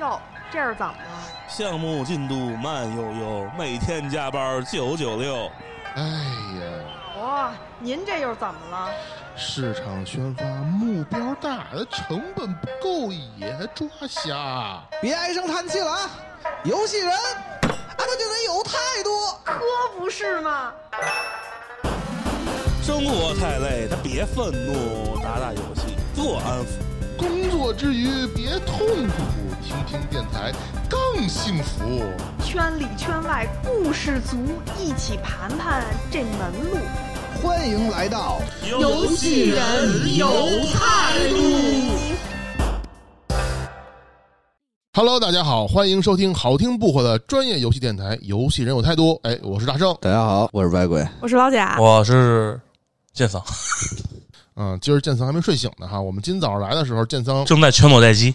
哟，这是怎么了？项目进度慢悠悠，每天加班九九六。哎呀，哇、哦您这又是怎么了？市场宣发目标大，成本不够也抓瞎。别唉声叹气了啊！游戏人啊，他就得有态度。可不是嘛！生活太累，他别愤怒，打打游戏，做安抚。工作之余别痛苦，听听电台更幸福。圈里圈外故事足，一起盘盘这门路。欢迎来到游戏人有态度。嗯 Hello，大家好，欢迎收听好听不火的专业游戏电台《游戏人有态度》。哎，我是大圣。大家好，我是白鬼。我是老贾，我是建桑，嗯，今儿建桑还没睡醒呢哈。我们今早上来的时候，建 桑正在全裸待机。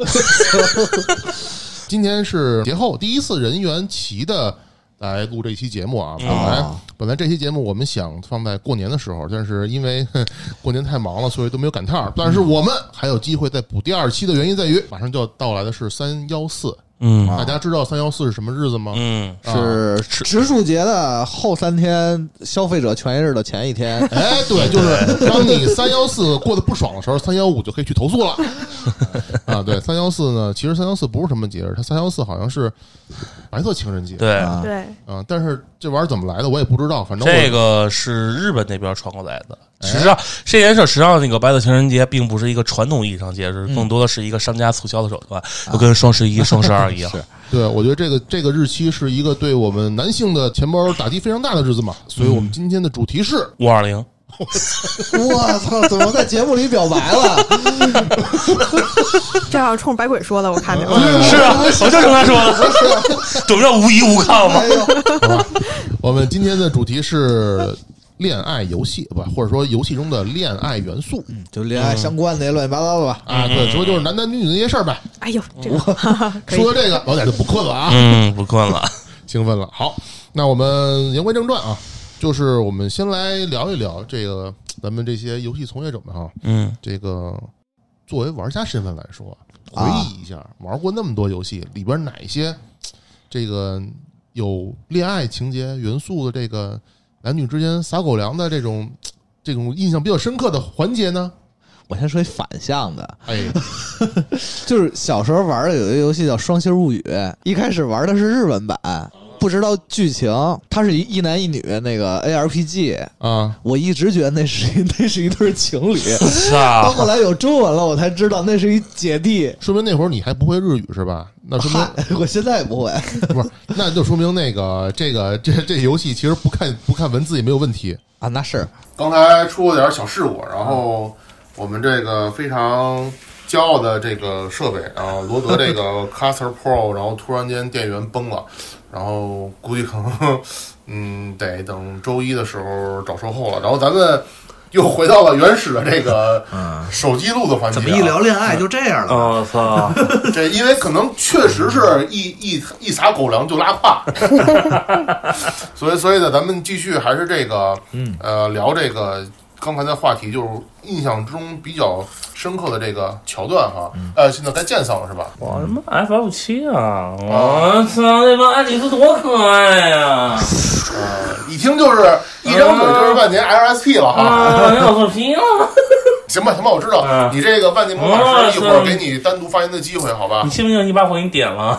今天是节后第一次人员齐的来录这期节目啊。本来、啊本来这期节目我们想放在过年的时候，但是因为 哼过年太忙了，所以都没有赶趟儿。但是我们还有机会再补第二期的原因在于， 马上就要到来的是三幺四。嗯啊大家知道三幺四是什么日子吗？嗯，啊，是植树节的后三天，消费者权益日的前一天 哎，对，就是当你三幺四过得不爽的时候，三幺五就可以去投诉了。啊，对，三幺四呢，其实三幺四不是什么节日，它三幺四好像是白色情人节。对，啊对，啊，但是这玩意儿怎么来的我也不知道，反正我这个是日本那边传过来的。实际上，这件事儿实际上那个白色情人节并不是一个传统意义上节日，更多的是一个商家促销的手段，就跟双十一、双十二一样。对我觉得这个这个日期是一个对我们男性的钱包打击非常大的日子嘛，所以我嗯们今天的主题是五二零，我操，怎么在节目里表白了？这好像冲白鬼说的，我看见了。是 啊，我就跟他说的，怎么叫无依无靠吗哎？ 呦，我们今天的主题是恋爱游戏，不，或者说游戏中的恋爱元素嗯嗯就恋爱相关的乱七八糟的吧。啊，嗯对，说就是男男女女那些事儿呗。哎呦，这个哈哈可以说到这个，老贾就不困了啊。 嗯，不困了。 兴奋了。好，那我们言归正传啊，就是我们先来聊一聊这个咱们这些游戏从业者们哈，嗯，这个作为玩家身份来说，回啊忆一下、玩过那么多游戏里边哪些这个有恋爱情节元素的这个男女之间撒狗粮的这种这种印象比较深刻的环节呢？我先说一反向的，哎，就是小时候玩的有一个游戏叫《双星物语》，一开始玩的是日文版，不知道剧情，它是一一男一女那个 ARPG，啊，我一直觉得那是一 那是一对情侣，到啊，后来有中文了，我才知道那是一姐弟。说明那会儿你还不会日语是吧？那说明嗨，我现在也不会，不是，那就说明那个这个这这游戏其实不看不看文字也没有问题。啊，那是刚才出了点小事故，然后我们这个非常骄傲的这个设备，然后罗德 这个 Caster Pro，然后突然间电源崩了，然后估计可能嗯得等周一的时候找售后了。然后咱们又回到了原始的这个手机录的环节、嗯怎啊，么一聊恋爱就这样了？我操， 这因为可能确实是一一一撒狗粮就拉胯， 所以所以呢，咱们继续还是这个，嗯呃，聊这个刚才的话题，就是印象中比较深刻的这个桥段哈。嗯呃，现在该见上了是吧？我他妈 F F 七啊！我操，那帮爱丽丝多可爱 呀！呃，一听就是一张嘴就是万年 LSP 了哈。啊，要做皮了。行吧行吧，我知道嗯你这个万年魔法师一会儿嗯给你单独发言的机会，好吧你？信不信你把我给你点了？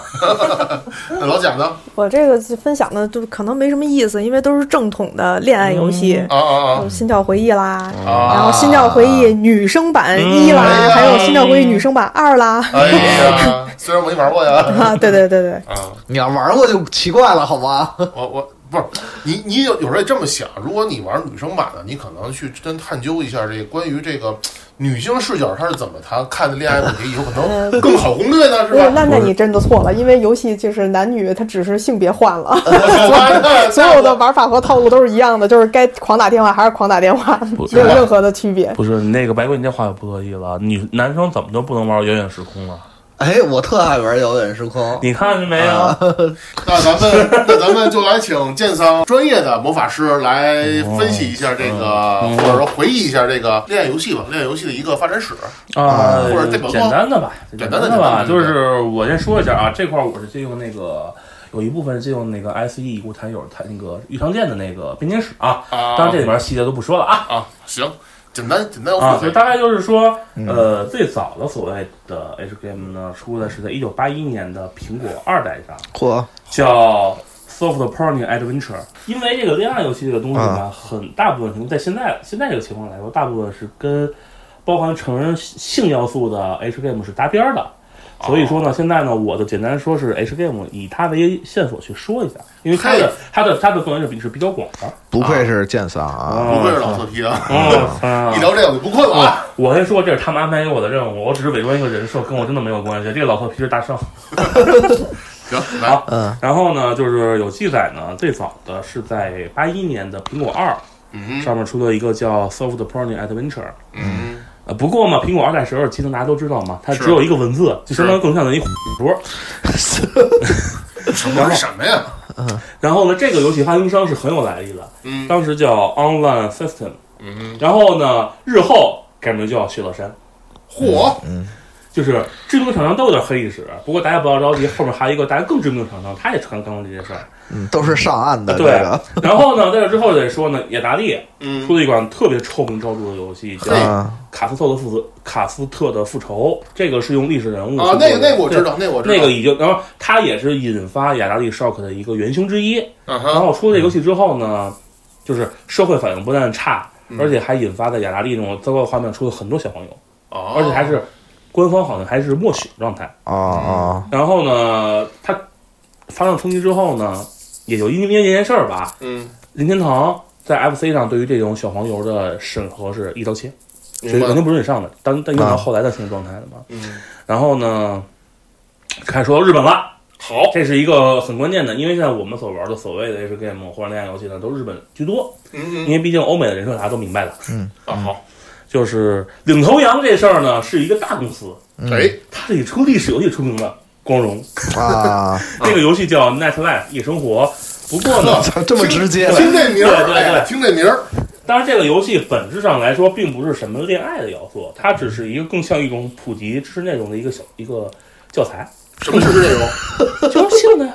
嗯那老贾呢？我这个分享的就可能没什么意思，因为都是正统的恋爱游戏，啊啊有《心跳回忆》啦，啊嗯嗯啊！然后《心跳回忆》女生版一哎啦，呀还有《心跳回忆》女生版二啦。哎呀，虽然我没玩过呀。啊，对对对对，啊，你要玩过就奇怪了，好吗？我我不是你，你有有时候也这么想，如果你玩女生版的，你可能去真探究一下这个关于这个女性视角，她是怎么谈看的恋爱问题，有可能更好攻略嗯呢，是嗯那吧？那 你真的错了，因为游戏就是男女，它只是性别换了， 所所有的玩法和套路都是一样的，就是该狂打电话还是狂打电话，没有任何的区别。不是那个白贵，你这话有不对意了。女男生怎么就不能玩远远时空了？ 哎，我特爱玩《遥远时空》，你看见没啊有？那咱们那咱们就来请剑桑专业的魔法师来分析一下这个，嗯或者说回忆一下这个恋爱游戏吧，恋爱游戏的一个发展史。啊，或者这么简单的吧，简单的单简单吧，的就是我先说一下啊，这块儿我是借用那个。有一部分借用那个 S E 一股弹友弹那个玉长剑的那个编年史啊，啊当然这里边细节都不说了啊啊，行，简单简单啊，我就大概就是说，呃，最早的所谓的 H game 呢，出的是在一九八一年的苹果二代上，嚯，叫 Soft Porn Adventure。因为这个恋爱游戏这个东西吧，很大部分可能在现在现在这个情况来说，大部分是跟包含成人性要素的 H game 是搭边儿的。所以说呢，现在呢，我就简单说是 H game 以它为线索去说一下，因为它的嘿它的它的范围是比是比较广的。不愧是剑桑啊！不愧是嗯老色批啊！哦，啊一聊这个我就不困了啊！我先说，这是他们安排给我的任务，我只是伪装一个人设，跟我真的没有关系。这个老头皮是大圣。行，来，嗯，然后呢，就是有记载呢，最早的是在八一年的苹果二嗯哼上面出了一个叫《Soft Porn Adventure》。嗯呃，不过嘛，苹果二代十二期呢，大家都知道嘛，它是只有一个文字，就相当于更像的一虎图。哼，嗯什么是什么呀？然后呢，这个游戏发行商是很有来历的，嗯当时叫 Online System。嗯然后呢，日后改名叫雪乐山。哼，嚯，就是知名厂商都有点黑历史，不过大家不要着急，后面还有一个大家更知名的厂商，他也刚刚这件事儿。嗯 都是上岸的这对个，然后呢，在这之后再说呢，雅达利嗯出了一款特别臭名昭著的游戏，叫对《嗯，卡斯特的复仇》，卡斯特的复仇，这个是用历史人物啊，去做的那个那个我知。道，那个我知道，对那个已经，然后它也是引发雅达利 shock 的一个元凶之一。嗯然哼，后出了这游戏之后呢，就是社会反应不但差，而且还引发在雅达利那种糟糕画面出了很多小朋友，嗯哦，而且还是官方好像还是默许状态。哦哦，然后呢，他发生冲击之后呢，也就因为这件事儿吧，嗯，任天堂在 FC 上对于这种小黄油的审核是一刀切，明是白肯定不准你上的。当但用到啊后来的生理状态了嘛。嗯，然后呢，开始说到日本了，好，这是一个很关键的，因为现在我们所玩的所谓的 H game 或者恋爱游戏呢，都是日本居多，因嗯嗯为毕竟欧美的人设大家都明白的。啊好，就是领头羊这事儿呢，是一个大公司，哎，它是以出历史游戏出名的，光荣。啊，这个游戏叫《Night Life》夜生活。不过呢， 操，这么直接了，听这名儿，嗯对对对哎听这名儿，当然这个游戏本质上来说并不是什么恋爱的要素，它只是一个更像一种普及知识内容的一个小一个教材，什么是这种？就是性的呀，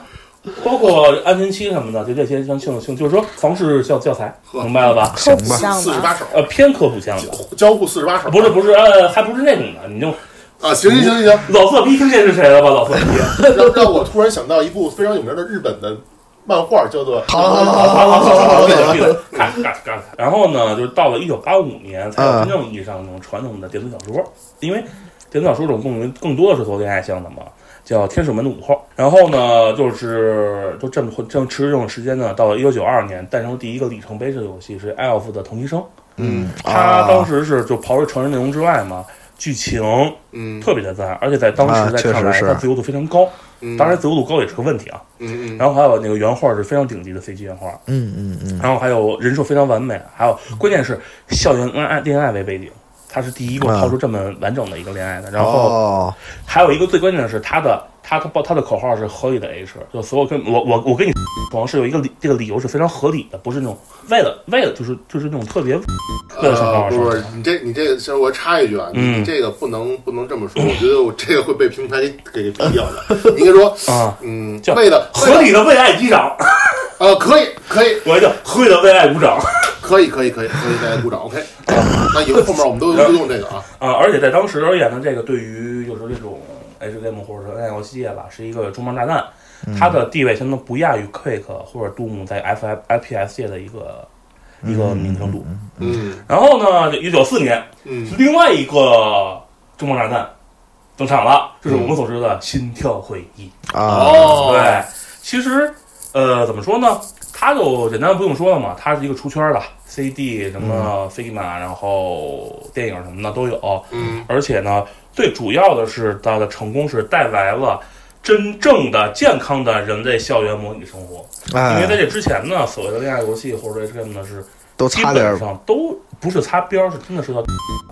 包括安全期什么的，就这些像性性，就是说房事教教材，呵明白了吧？科普项四十八手，呃，偏科普向的，交互四十八手，不是不是，呃，还不是那种的，你就啊，行行行行 行，老色批听见是谁了吧？老色批，让让我突然想到一部非常有名的日本的漫画，叫做《好了好了好了好好好，我得记得，看看看。然后呢，就是到了一九八五年，才有真正意义上那种传统的电子小说，因为电子小说这种更更多的是做恋爱向的嘛，叫《天使们的午后》。然后呢，就是就这么正持续这种时间呢，到了一九九二年，诞生第一个里程碑式的游戏是《艾尔夫的同期生》。嗯，他啊当时是就刨除成人内容之外嘛，剧情嗯特别的赞，而且在当啊时在看来，确实是它自由度非常高。嗯当然，自由度高也是个问题啊。嗯嗯，然后还有那个原画是非常顶级的 CG 原画。嗯嗯嗯，然后还有人设非常完美，还有嗯关键是校园恋爱恋爱为背景，他是第一个啊嗯抛出这么完整的一个恋爱的。然后哦，还有一个最关键的是他的他他报他的口号是合理的 H，就所有跟我我我跟你床是有一个理这个理由是非常合理的，不是那种为了为了就是就是那种特别为了什么呃，而不是说。你这你这个，其实我插一句啊，你嗯这个不能不能这么说，我觉得我这个会被平台给给毙掉的。你应该说，啊，嗯，叫为了合理的为爱击掌，呃，可以可以我叫合理的为爱鼓掌可以可以可以可以，大家鼓掌，OK。那以后后面我们都都用这个啊，啊！而且在当时而言呢，这个对于就是这种 H game 或者说 N L 系列吧，是一个重磅炸弹。嗯它的地位相当不亚于 Quake 或者 Doom 在 F F I P S 界的一个一个名程度。嗯然后呢，一九四年，嗯另外一个中国炸弹登场了，就是我们所知的心跳会议。啊，嗯哦，对，其实呃，怎么说呢？它就简单不用说了嘛，它是一个出圈的 CD 什么 Figma，、然后电影什么的都有。嗯而且呢，最主要的是它的成功是带来了真正的健康的人类校园模拟生活。因为在哎，这之前呢，所谓的恋爱游戏或者 H M 呢是都基差点本儿上都不是擦边儿，是真的是要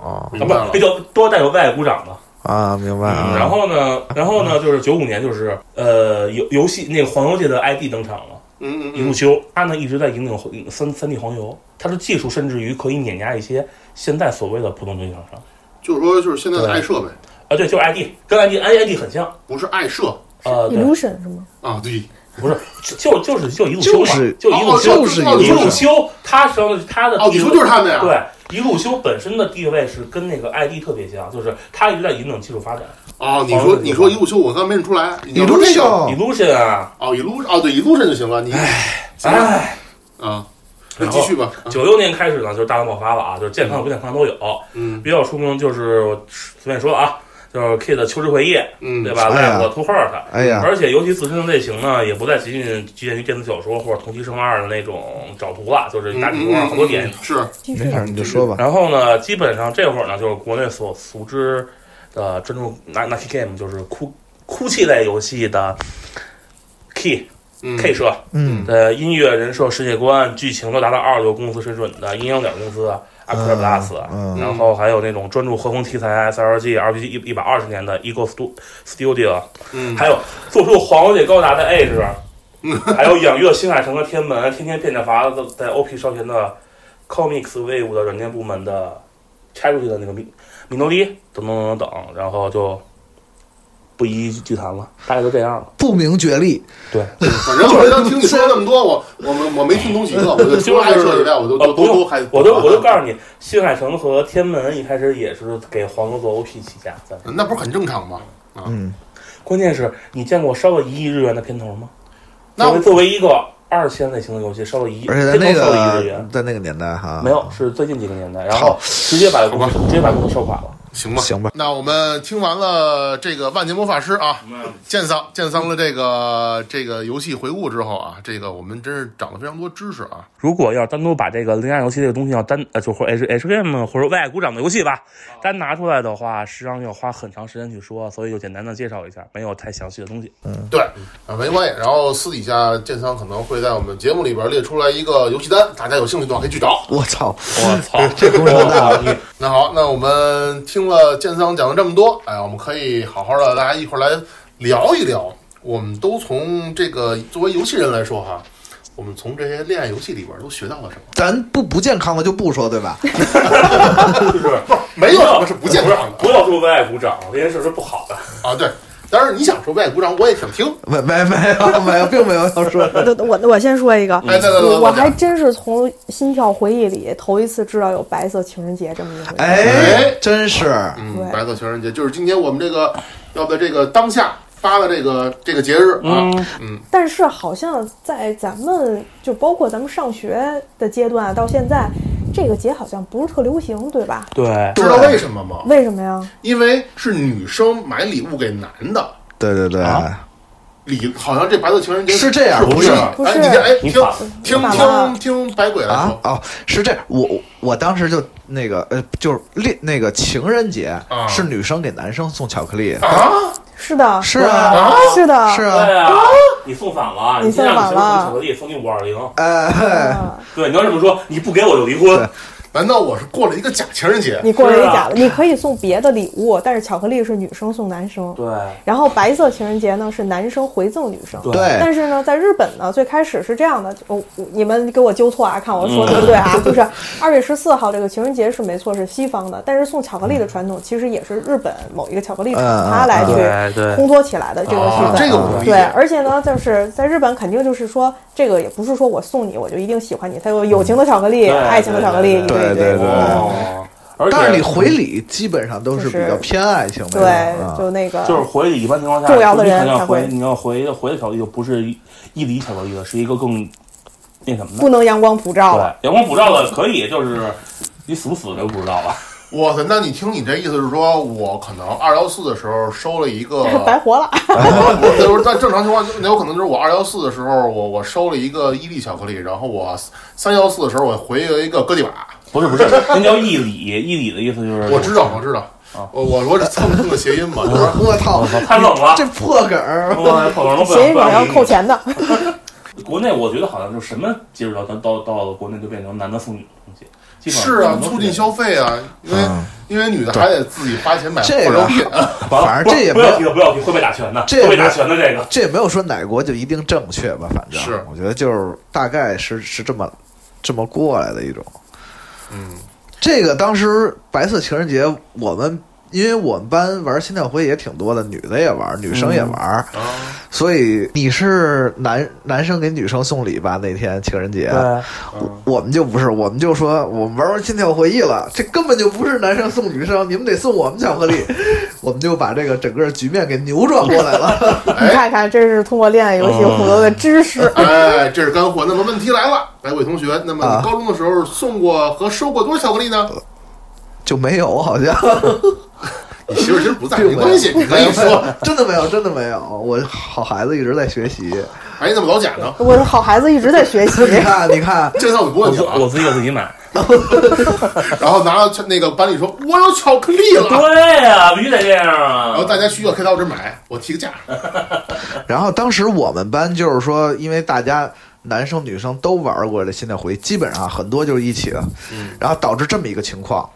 啊明白了比较多带有外鼓掌的。啊，明白啊。嗯，然后呢，然后呢，就是九五年，就是呃，游游戏那个黄油界的 ID 登场了。嗯一路修，他呢一直在引领三三 D 黄油，他的技术甚至于可以碾压一些现在所谓的普通经销商就是说就是现在的爱社呗，啊，对，就是 ID 跟 ID ID 很像，不是爱社呃，对， illusion 是吗？啊，对，哦不是，就就是就一路修嘛，就是就一路修，就是一路修，他实际上是他的哦你说就是他们呀对，一路修本身的地位是跟那个 ID 特别像，就是他一直在引领技术发展。哦，你说你说一路修，我刚没认出来，你要说这个 illusion illusion 啊，哦，一路哦对一路神就行了，你哎，啊，那继续吧，啊九六年开始呢，就是大量爆发了啊，就是健康不健康都有。嗯比较出名就是我随便说啊，就是 K 的求职会议，嗯对吧？哎呀在我 To Hurt，哎呀，而且尤其自身的类型呢，也不再仅仅局限于电子小说或者同期生二的那种找图了，就是嗯大体嗯图上嗯啊好多点。是听没事儿，你就说吧。然后呢，基本上这会儿呢，就是国内所熟知的专注那那 K Game 就是哭哭泣类游戏的 Key K 嗯社嗯的音乐、人设、世界观、剧情都达到二流公司水准的阴阳鸟公司 a c r a Plus，嗯然后还有那种专注和风题材 SLG、RPG 一一百二十年的 Ego Stu- Studio，嗯还有做出黄油界高达的 Age，还有养育了新海诚的天门，天天变着法子在 OP 烧钱的 Comics Wave 的软件部门的拆出去的那个米米诺利等等等等，然后就不一一具谈了，大概就这样了。不明觉厉，对，反正我刚听你说那么多，我我们我没听懂几个，我就除了爱社以外，我都呃，不都都用都还，我都我都告诉你，新海诚和天门一开始也是给黄油做 OP 起家的，嗯那不是很正常吗？嗯，关键是你见过烧了一亿日元的片头吗？那作为作为一个二线类型的游戏，烧了一亿，而且在那片头烧了一亿日个元，在那个年代哈，没有，是最近几个年代，然后直接把公司直接把公司收垮了。行吧，行吧。那我们听完了这个万劫魔法师啊，嗯鉴赏鉴赏了这个这个游戏回顾之后啊，这个我们真是长了非常多知识啊。如果要单独把这个零压游戏这个东西要单呃，就或 H H game 或者为爱鼓掌的游戏吧，单拿出来的话，实际上要花很长时间去说，所以就简单的介绍一下，没有太详细的东西。对，啊没关系。然后私底下建仓可能会在我们节目里边列出来一个游戏单，大家有兴趣的话可以去找。我操，我操， 这工程大你那好，那我们听了建仓讲了这么多，哎，我们可以好好的大家一块儿来聊一聊。我们都从这个作为游戏人来说哈，我们从这些恋爱游戏里边都学到了什么？咱不不健康的就不说对吧？ 就是没有什么是不健康的不要说为爱鼓掌，这件事是不好的。啊，对。当然，你想说外鼓掌，我也想听。没没没有没有，并没有要说的。我我我先说一个，哎，对对对，我还真是从《心跳回忆》里头一次知道有白色情人节这么一回事。哎，真是，嗯，对白色情人节就是今天我们这个要在这个当下发的这个这个节日嗯啊，嗯但是好像在咱们就包括咱们上学的阶段啊到现在，这个节好像不是特流行，对吧？对，知道为什么吗？为什么呀？因为是女生买礼物给男的，对对对，啊礼好像这白色情人节是这样不不是哎，不是你这哎，你听反听反了听听白鬼来啊说哦，是这样，我我我当时就那个呃，就是恋那个情人节啊是女生给男生送巧克力，啊，是的，是啊，是的，是对啊，啊，你送反了，你先送让你媳反妇送巧了克力，送你五二零。哎，嗯对，你要这么说，你不给我就离婚。难道我是过了一个假情人节？你过了一是啊假了，你可以送别的礼物，但是巧克力是女生送男生。对，然后白色情人节呢是男生回赠女生，对，但是呢，在日本呢，最开始是这样的，我、我你们给我纠错啊，看我说的对不对啊？ 就是二月十四号这个情人节是没错，是西方的，但是送巧克力的传统其实也是日本某一个巧克力厂嗯嗯它来嗯去对对烘托起来的这个气啊哦啊氛。这个我能理对解，。而且呢，就是在日本肯定就是说，这个也不是说我送你我就一定喜欢你，它有友情的巧克力、嗯对爱情的巧克力，一对堆对一对堆的。哦，而且但是你回礼基本上都是比较偏爱情的那种，对，啊就那个就是回礼，一般情况下，重要的你肯人定才要回会，你要回回的巧克力就不是一一礼巧克力了，是一个更那什么的。不能阳光普照了。对，阳光普照的可以，就是你死不死就不知道了。哇塞，那你听你这意思是说，我可能二幺四的时候收了一个 白活了，不是，就是在正常情况，那有可能就是我二幺四的时候，我我收了一个伊利巧克力，然后我三幺四的时候我回了一个哥地瓦。不是不是，那叫一礼，一礼的意思就是我知道，我知道啊，我我说这蹭蹭的谐音嘛， 就是我我操，太冷了。这破梗儿，我口罩都不协想议里不想要理扣你钱的。国内我觉得好像就什么接触到到到到了国内就变成男的送女的东西，基本上是啊很，多促进这消样费啊，因为嗯因为女的还得自己花钱买化这妆个品。反正这也不没要有提，不要提，会被打拳的，这会被也打拳的这个。这也没有说哪国就一定正确吧，反正是我觉得就是大概是是这么这么过来的一种。嗯，这个当时白色情人节，我们因为我们班玩心跳灰也挺多的，女的也玩，女生也玩，啊所以你是男男生给女生送礼吧？那天情人节，我我们就不是，我们就说我们玩完心跳回忆了，这根本就不是男生送女生，你们得送我们巧克力， 我们就把这个整个局面给扭转过来了。你看看，这是通过恋爱游戏获得的知识。哎，这是干货。那么问题来了，白鬼同学，那么啊你高中的时候送过和收过多少巧克力呢？就没有，好像你媳妇儿其实不在，没关系，你可以说。 真的没有，真的没有。我好孩子一直在学习，哎，你怎么老贾呢？我是好孩子，一直在学 习。你看，你看，这次我不我问你自了。啊我自己我自己买。然后拿到那个班里说，我有巧克力了。对呀，必须得这样然后啊。大家需要可以到我这儿买，我提个价。然后当时我们班就是说，因为大家男生女生都玩过这心跳回忆，基本上很多就是一起的，然后导致这么一个情况。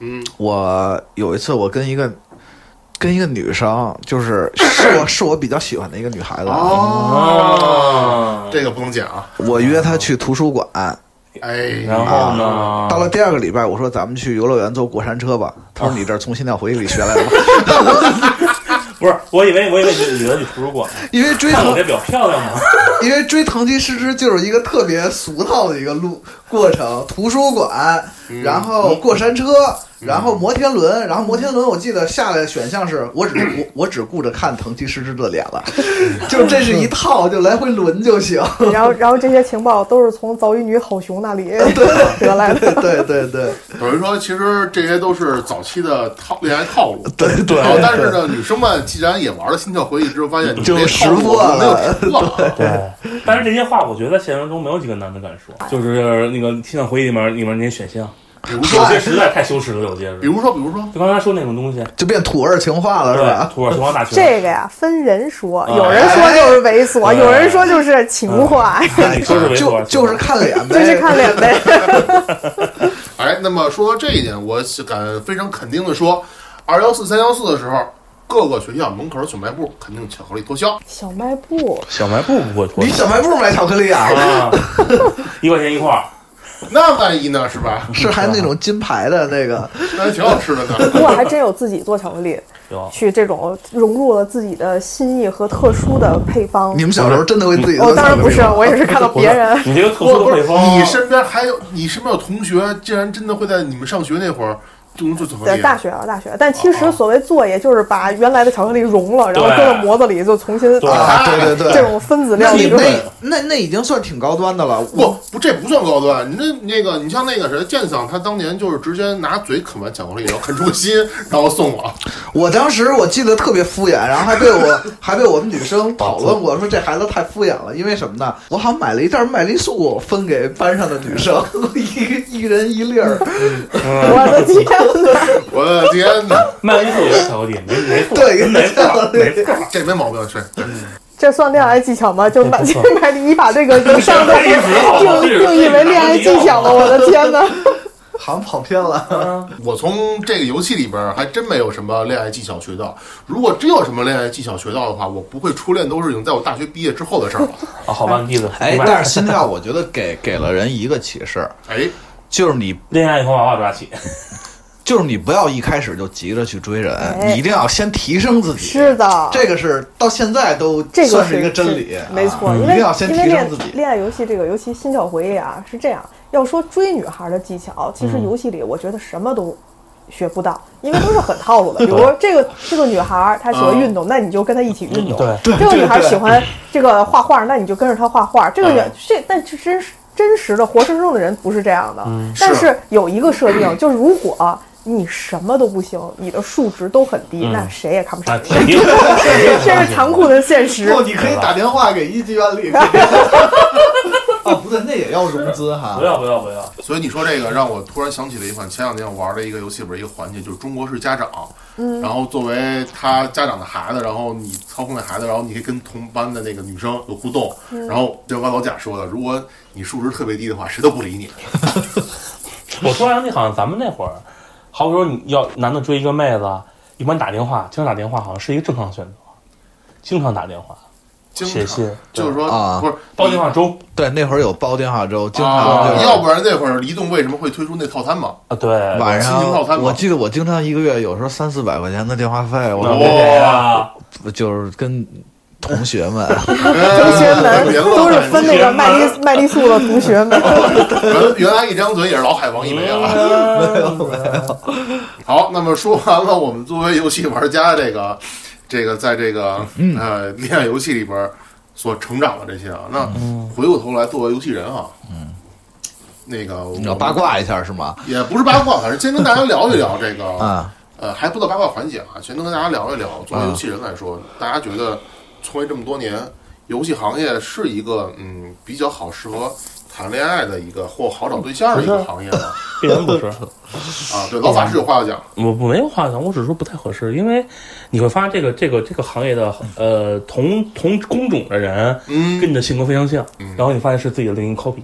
嗯，我有一次我跟一个跟一个女生，就是是 我是我比较喜欢的一个女孩子，啊哦，哦，这个不能剪啊。我约她去图书馆。哎，哦然啊后呢？到哦了第二个礼拜，我说咱们去游乐园坐过山车吧。她说你这儿从心跳回忆里学来的吗？不是，我以为我以为你觉得去图书馆，因为 追看我藤这比较漂亮嘛。因为追藤吉诗之就是一个特别俗套的一个路过程，图书馆，嗯然后过山车，然后摩天轮，然后摩天轮，我记得下来的选项是我只我我只顾着看藤吉诗之的脸了，就这是一套，就来回轮就 行。 然后，然后这些情报都是从早乙女好熊那里得来的。对对对等于说，其实这些都是早期的套恋爱套路。对对然后，但是呢，女生们既然也玩了心跳回忆之后，发现你就这识套路破我没有了识破啊。对， 但是这些话我觉得现实中没有几个男的敢说，就是那个《心跳回忆》里面里面那些选项，比如有说，些实在太羞耻了，有些是。比如说，比如说，就刚才说那种东西，就变土味情话了是对，吧？土耳其王大学，这个呀，分人说，哎有人说就是猥琐，哎有人说就是情怀，你说是猥就琐，就是看脸呗，啊 就是看脸呗。哎，那么说到这一点，我敢非常肯定的说，二幺四、三幺四的时候，各个学校门口的小卖部肯定巧克力脱销。小卖部，小卖部不会脱你小卖部买巧克力 啊？啊，一块钱一块儿，那万一呢，是吧？ 是还那种金牌的那个，那还挺好吃的不 呢。过还真有自己做巧克 力，有。去这种融入了自己的心意和特殊的配方你。们小时候真的会自己做哦，当巧然克不力是，吗我也是看到别人你这个特殊的不是不配是，方，你身边还有你身边有同学，竟然真的会在你们上学那会儿就能做巧克对力啊大？学啊，大学，但其哦实所谓做，也就是把原来的巧克力融了，然后对搁到模子里，就重新对啊？对对对，这种分子料那你理。那那那已经算挺高端的了。不我不，这不算高端。你那那个，你像那个谁，建桑，他当年就是直接拿嘴啃完巧克力，然后啃出个心，然后送我。我当时我记得特别敷衍，然后还 被我还被我们女生讨论过，说这孩子太敷衍了。因为什么呢？我好像买了一袋麦丽素分给班上的女 生，一一人一粒儿。我的天哪！我的天哪，卖了一口也是巧克力，没没错， 对没错，没错。这没毛病，是。这算恋爱技巧吗？就买就 买你把 这个以上的一直好定定义为恋爱技巧了，我的天 哪！好像跑偏了。我从这个游戏里边儿还真没有什么恋爱技巧学到。如果真有什么恋爱技巧学到的话，我不会初恋都是已经在我大学毕业之后的事儿了。啊，好吧，例子， 哎明白但是心跳，我觉得给给了人一个启示，哎，就是你恋爱以后娃娃抓起，就是你不要一开始就急着去追人，哎你一定要先提升自己。是的，这个是到现在都这个算一个真理，没错，啊嗯因一为定要先因为提升恋自己。恋爱游戏这个，尤其心跳回忆啊，是这样。要说追女孩的技巧，其嗯实游戏里我觉得什么都。学不到，因为都是很 套路的。比如说这个这个女孩她喜嗯欢运动，那你就跟她一起运动；嗯对这个女孩喜欢这个画画，那你就跟着她画画。这个嗯人这但是真实真实的活生生的人不是这样的。嗯但啊是有一个设定，就是如果你什么都不行，你的数值都很低，那谁也看不上啊，你。肯定，这是残酷的现实。哦不，你可以打电话给一级院 里。哦，不对，那也要融资哈不。要不要不要，所以你说这个让我突然想起了一款前两天我玩的一个游戏里边一个环节，就是中国式家长。嗯，然后作为他家长的孩子，然后你操控那孩子，然后你可以跟同班的那个女生有互动。然后就跟老贾说的，如果你数值特别低的话，谁都不理你。我突然想起好像咱们那会儿。好比说你要男的追一个妹子，一般打电话，经常打电话好像是一个正常选择，经常打电话，经写信，就是说啊，不是煲电话粥 对，那会儿有煲电话粥，经常啊就，是要不然那会儿移动为什么会推出那套餐嘛？啊，对，晚亲情套餐上嘛我记得我经常一个月有时候三四百块钱的电话费，我哇、就是跟同学 们呃 同别学们乐都是分那个麦丽麦丽素的同学们，原原来一张嘴也是老海王一枚嗯啊。 好，那么说完了，我们作为游戏玩家这个这个在这个嗯呃恋爱游戏里边所成长的这些啊，那嗯回过头来作为游戏人啊，嗯，那个我你要八卦一下是吗？也不是八卦，反正先跟大家聊一聊这个啊，呃，还不到八卦环节啊，先跟大家聊一聊，作为嗯游戏人来说，大家觉得从业这么多年，游戏行业是一个嗯比较好适合谈恋爱的一个或好找对象的一个行业吗？必然不是。啊，对，老法师有话要讲，我我没有话讲，我只是说不太合适，因为你会发现这个这个这个行业的呃同同工种的人嗯跟你的性格非常像，嗯然后你发现是自己的另一个 copy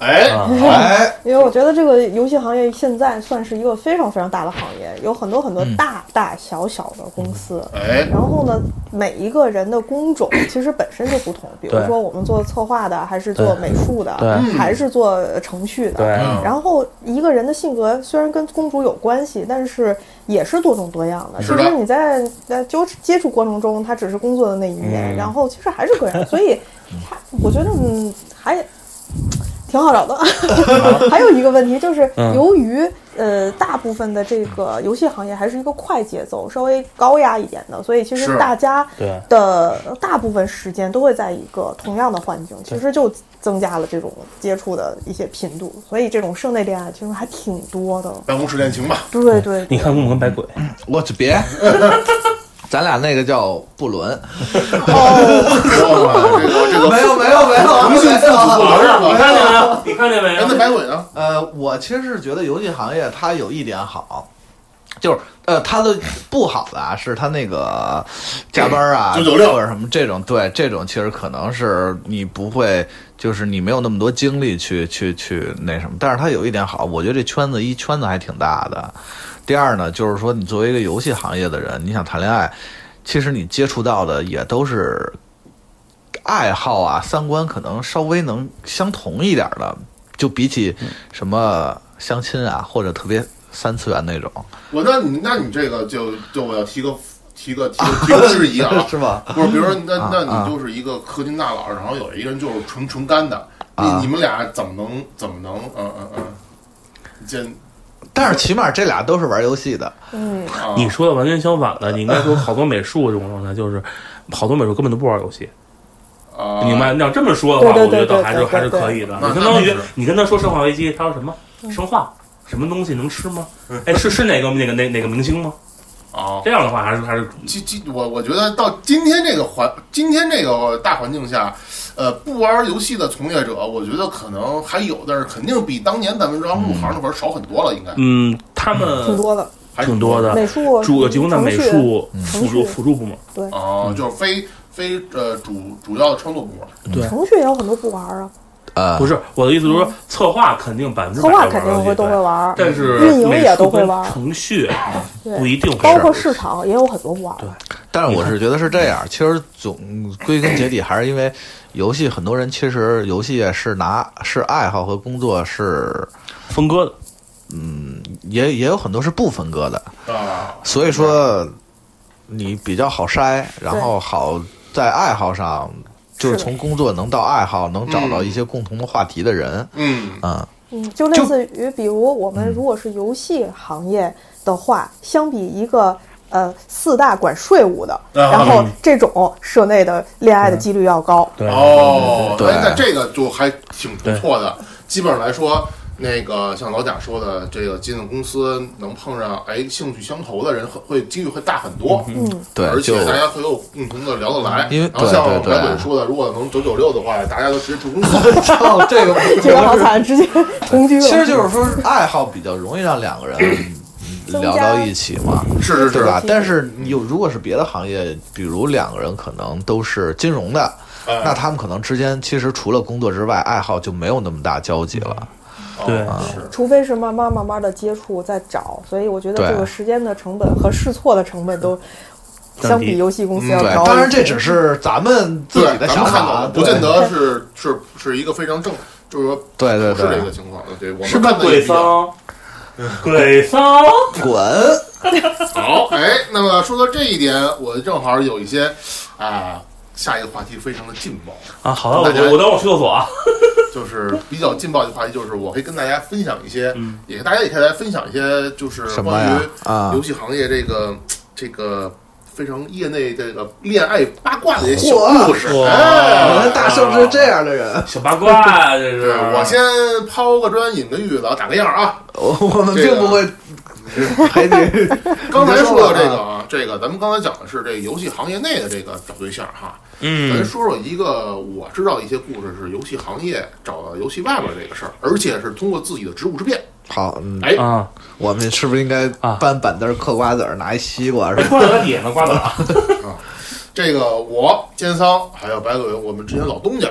哎，啊，哎，因为我觉得这个游戏行业现在算是一个非常非常大的行业，有很多嗯很多大大小小的公司。哎，然后呢，每一个人的工种其实本身就不同，比如对说我们做策划的，还是做对美术的，对还是做程序的。对，嗯然后一个人的性格虽然跟公主有关系，但是也是多种多样的。是其的实你在在就接触过程中，他只是工作的那一面，嗯然后其实还是个人，所以他我觉得嗯还。挺好找的，还有一个问题就是，嗯由于呃大部分的这个游戏行业还是一个快节奏、稍微高压一点的，所以其是实大家对的大部分时间都会在一个同样的环境，其实就增加了这种接触的一些频度，所以这种社内恋爱其实还挺多的。办公室恋情吧， 对对你看我们跟白鬼，我去 别，咱俩那个叫不伦，哇这个哦这个 没有没有没有同性父子不伦是你吧？看见没啊有？你看见没哎，那有？白鬼呢？呃，我其实是觉得游戏行业它有一点好，就是呃，它的不好的啊，是它那个加班啊， 996或者什么这种，对这种其实可能是你不会，就是你没有那么多精力去去去那什么。但是它有一点好，我觉得这圈子一圈子还挺大的。第二呢，就是说你作为一个游戏行业的人，你想谈恋爱，其实你接触到的也都是爱好啊、三观可能稍微能相同一点的，就比起什么相亲啊，或者特别三次元那种，我那你那你这个就就我要提个提个提个提个质疑啊 ，是吧？不是，比如说那啊那啊你就是一个氪金大佬，然后有一个人就是纯纯干的，啊你你们俩怎么能怎么能嗯嗯嗯，这但是起码这俩都是玩游戏的，嗯，啊你说的完全相反了，你应该说好多美术这种状态就是。好多美术根本都不玩游戏，啊，明白？你要这么说的话，对我对觉对得还是对对嗯还是可以的。对你相当于那那是你跟他说《生化危机》，他说什么生化什么东西能吃吗？嗯哎，是是哪个哪个哪哪个明星吗？啊？这样的话还是还是今今我我觉得到今天这个环今天这个大环境下，呃，不玩游戏的从业者，我觉得可能还有，但是肯定比当年咱们刚入行那会儿少很多了，应该嗯，他挺们多的，还挺多的，美术、嗯主提供的程美序术程辅序助辅助部门，啊，就是非非呃主主要的创作部门程序也有很多不玩啊，呃，不是我的意思，就是说策划肯定百分之策百划玩肯定游戏会都会，玩，对但是运营美也术都会跟玩程序啊不对，一定会嗯包括是市场也有很多不玩的。但是我是觉得是这样，其实总归根结底还是因为游戏，很多人其实游戏也是拿是爱好和工作是分割的。也也有很多是不分割的，啊，所以说你比较好筛，然后好在爱好上，就是是的从工作能到爱好能找到一些共同的话题的人，嗯啊，嗯，就类就似于，比如我们如果是游戏行业的话，相比一个呃四大管税务的，嗯啊然后这种社内的恋爱的几率要高。对哦，对哎那这个就还挺不错的。基本上来说，那个像老贾说的，这个进了公司能碰上哎兴趣相投的人，会会几率会大很多。嗯，而对，就且大家会有共同的聊得来。因为然后对像对对白鬼说的，如果能九九六的话，大家都直接住公 司。哦这个 这个好惨，直接同居了。其实就是说爱好比较容易让两个人 增聊加嗯到一起嘛，是是对是，吧？但是你有如果是别的行业，比如两个人可能都是金融的，哎那他们可能之间其实除了工作之外，爱好就没有那么大交集了。哦啊对，除非嗯是慢慢慢慢的接触再找，所以我觉得对这个时间的成本和试错的成本都相比游戏公司嗯要对，高。当然这只是咱们自己对，的咱想们看到法，啊的不见得对是是是一个非常正，就是说对对不是这个对，情况的。对，我是们不是看的也鬼比较桑？鬼桑，滚。好。 哎，那么说到这一点，我正好有一些啊，下一个话题非常的劲爆。啊，好了，大家我我等我去厕所啊。就是比较劲爆的话题，就是我可以跟大家分享一些，也大家也可以来分享一些，就是什么关呀于？啊 游，戏行业这个这个非常业内这个恋爱八卦的一些小嚯故事。嚯原哎，来大圣是这样的人，小八卦，这对，是我先抛个砖引个玉，老打个样啊。我我们并不会排挤。刚才说到这你先说个啊，这个咱们刚才讲的是这个游戏行业内的这个找对象哈，咱嗯，说说一个我知道一些故事是游戏行业找到游戏外边这个事儿，而且是通过自己的职务之便。 好，嗯，哎，啊，我们是不是应该啊搬板凳、嗑瓜子儿、拿一西 瓜？是吧瓜子在底下呢，瓜子啊，这个我奸桑还有白鬼，我们之前老东家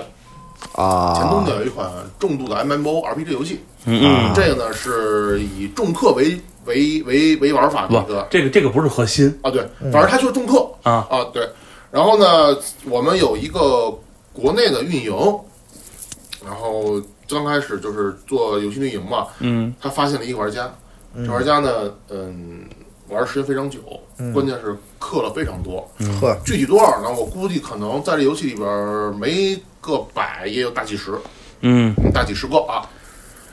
前东啊家有一款重度的 MMORPG 游戏，嗯这个呢是以重氪为为为为玩法的不一个，啊这个这个不是核心啊，对，反正它就是重氪啊啊，对。然后呢，我们有一个国内的运营，然后刚开始就是做游戏运营嘛，嗯，他发现了一个玩家，这玩家呢，嗯，玩儿时间非常久，关键是氪了非常多，呵具体多少呢？我估计可能在这游戏里边儿没个百，也有大几十，嗯大几十个啊。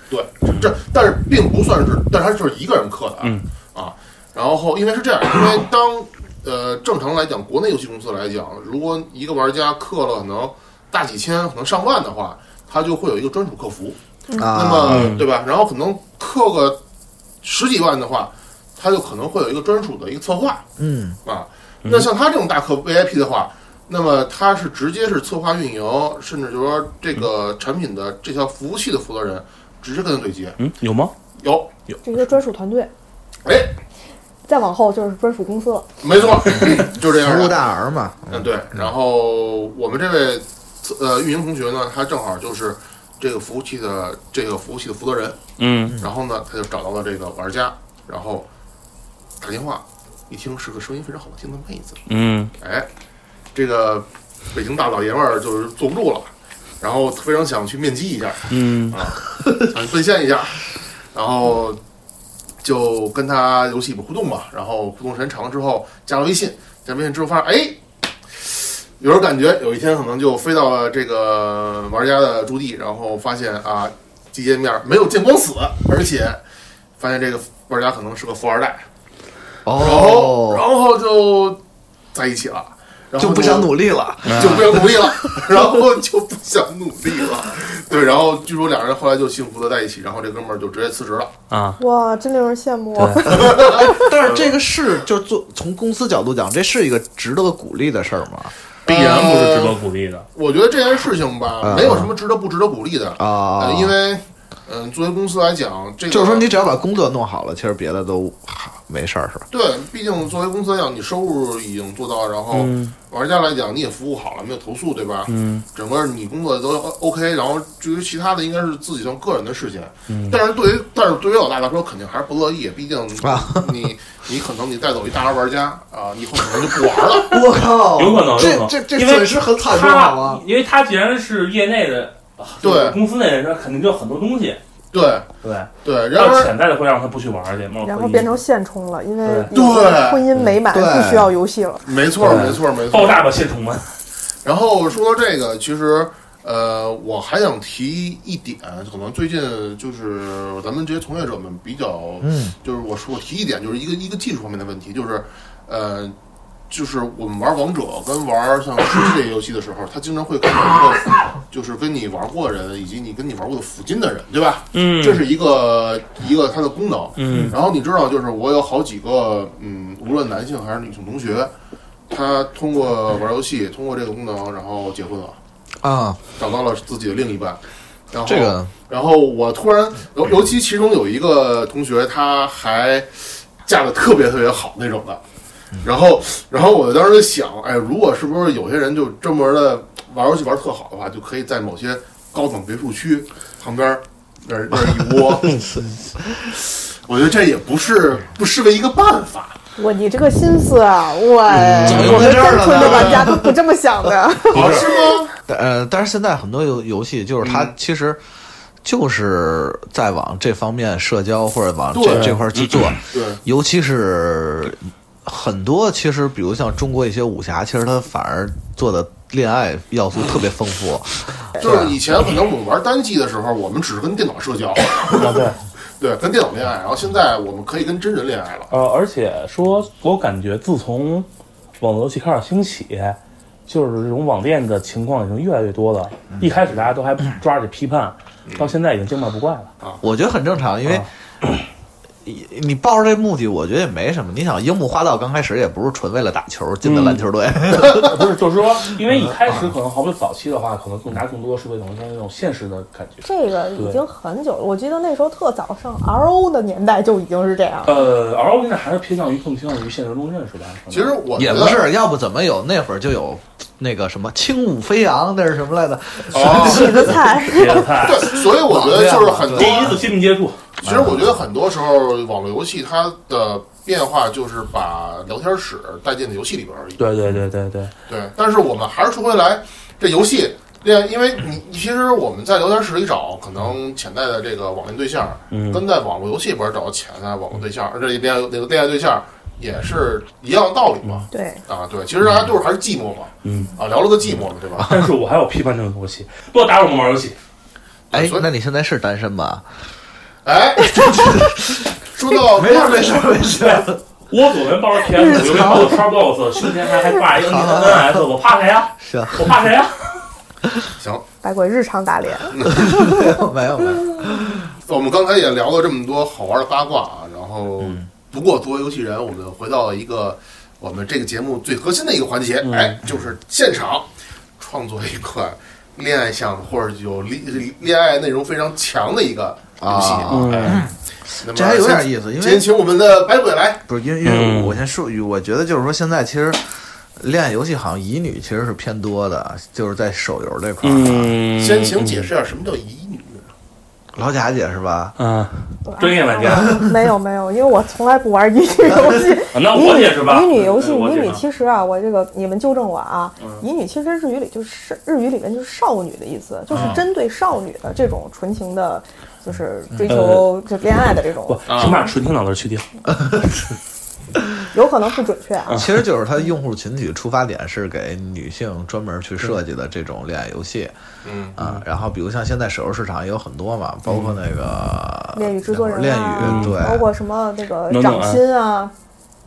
对，这但是并不算是，但是他就是一个人刻的啊、嗯啊。然后因为是这样，因为当呃正常来讲，国内游戏公司来讲，如果一个玩家氪了可能大几千，可能上万的话，他就会有一个专属客服，那啊，么、嗯对吧？然后可能氪个十几万的话，他就可能会有一个专属的一个策划嗯，啊。那像他这种大客 VIP 的话，那么他是直接是策划运营，甚至就是说这嗯个产品的这条服务器的负责人直接跟他对接。嗯，有吗？有，这一个专属团队，哎，再往后就是专属公司了。没 错，就这样服务的。大儿嘛，嗯，对。然后我们这位呃运营同学呢，他正好就是这个服务器的这个服务器的负责人。嗯，然后呢，他就找到了这个玩家，然后打电话，一听是个声音非常好听的妹子，嗯，哎，这个北京大老爷们儿就是坐不住了，然后非常想去面基一下，啊嗯，想去奔现一下，然后就跟他游戏里面互动吧，然后互动时间长了之后加了微信，加微信之后发现哎。有人感觉有一天可能就飞到了这个玩家的驻地，然后发现啊，第一见面没有见光死，而且发现这个玩家可能是个富二代，然后然哦，后就在一起了，然后就不想努力了。就不想努力了， 然后就不想努力了。对，然后据说两人后来就幸福的在一起，然后这哥们儿就直接辞职了。啊，哇，真令人羡慕。啊但是这个是，就是做从公司角度讲，这是一个值得鼓励的事儿吗？必然不是值得鼓励的。呃我觉得这件事情吧，嗯没有什么值得不值得鼓励的，啊呃，因为，嗯，作为公司来讲，这个就是说你只要把工作弄好了，其实别的都哈没事儿， 是吧？对，毕竟作为公司来讲，你收入已经做到，然后嗯玩家来讲你也服务好了，没有投诉，对吧？嗯，整个你工作都 OK，然后至于其他的应该是自己从个人的事情，但是对于但是对于老大来说肯定还是不乐意，毕竟啊你你可能你带走一大号玩家啊，你以后可能就不玩了，我靠有可能有可这能这这因为损失很惨重，好他吗？，因为他既然是业内的，对公司内的人，肯定就有很多东西，对对，对，然让而潜在的会让他不去玩儿去，冒 然后婚姻变成现充了，因为对有的婚姻美满，对不需要游戏了。没错没错没错，爆炸吧现充们。然后说到这个，其实呃，我还想提一点，可能最近就是咱们这些从业者们比较，嗯，就是我说我提一点，就是一个一个技术方面的问题，就是呃。就是我们玩王者跟玩像吃鸡类游戏的时候，他经常会看到一个，就是跟你玩过的人，以及你跟你玩过的附近的人，对吧？嗯这是一个一个它的功能。嗯，然后你知道，就是我有好几个，嗯，无论男性还是女性同学，他通过玩游戏，通过这个功能，然后结婚了，啊，找到了自己的另一半。然后，这个然后我突然，尤尤其其中有一个同学，他还嫁的特别特别好那种的。然后，然后我当时就想，哎，如果是不是有些人就专门的玩游戏玩特好的话，就可以在某些高档别墅区旁边那儿那儿一窝。我觉得这也不是不失为一个办法。我你这个心思啊，我嗯我们单纯的玩家都不这么 想的。不是吗？呃，但是现在很多游游戏就是它其实就是在往这方面社交或者往这对这块儿去做，对，尤其是很多其实比如像中国一些武侠，其实它反而做的恋爱要素特别丰富。就是以前可能我们玩单机的时候，我们只是跟电脑社交，啊对对，跟电脑恋爱。然后现在我们可以跟真人恋爱了。呃，而且说，我感觉自从网络游戏开始兴起，就是这种网恋的情况已经越来越多了。一开始大家都还抓着批判，到现在已经见怪不怪了。我觉得很正常，因为。你你抱着这目的，我觉得也没什么。你想，樱木花道刚开始也不是纯为了打球进的篮球队， 呃不是，就是说，因为一开始可能好比早期的话，可能更拿更多的是为了像那种现实的感觉。这个已经很久了，我记得那时候特早上 RO 的年代就已经是这样了。呃，R O 现在还是偏向于更偏向于现实中认识吧。其实我也觉不得是，要不怎么有那会儿就有那个什么轻舞飞扬，那是什么来着？痞子菜， 别 的菜，哦对，所以我觉得就是很多第一次亲密接触，其实我觉得很多时候网络游戏它的变化就是把聊天室带进了游戏里边而已。对对对对对，对，但是我们还是说回来，这游戏恋，因为你你其实我们在聊天室里找可能潜在的这个网恋对象，嗯跟在网络游戏里边找潜在网络对象，这恋爱那个恋爱对象也是一样的道理嘛。对，啊，对，其实大家就是还是寂寞嘛，嗯， 啊，聊了个寂寞嘛，对吧？但是我还有批判这种游戏，不要打扰我们玩游戏。哎所以，那你现在是单身吗？哎，说 到没事没事，我左边抱着 PS，右边抱着 Xbox，胸前还还挂一个 NS，我怕谁呀？是啊，我怕谁呀？ 行，百鬼日常打脸， 没有没有没有，我们刚才也聊了这么多好玩的八卦啊，然后嗯不过作为游戏人，我们回到一个我们这个节目最核心的一个环嗯节，哎，就是现场创作一款恋爱项目或者有恋恋爱内容非常强的一个游戏啊哎，那么这还有点先意思，因今天为请我们的百鬼来，不是因为因为我先说，我觉得就是说现在其实恋爱游戏好像乙女其实是偏多的，就是在手游这块儿。啊嗯先请解释一下什么叫乙女。老贾姐是吧？嗯，专业玩家。没有没有，因为我从来不玩乙女游戏。那 我也是吧。嗯乙女游戏，我乙解释女其实啊，我这个你们纠正我啊，乙女其实日语里就是日语里面就是少女的意思，就是嗯针对少女的这种纯情的，就是嗯追呃求就恋爱的这不种，，请把纯听脑子去掉。有可能不准确啊。其实就是它用户群体出发点是给女性专门去设计的这种恋爱游戏嗯，啊。然后比如像现在手游市场也有很多嘛，包括那个恋与制作人啊恋与对，包括什么那个能懂掌啊心啊，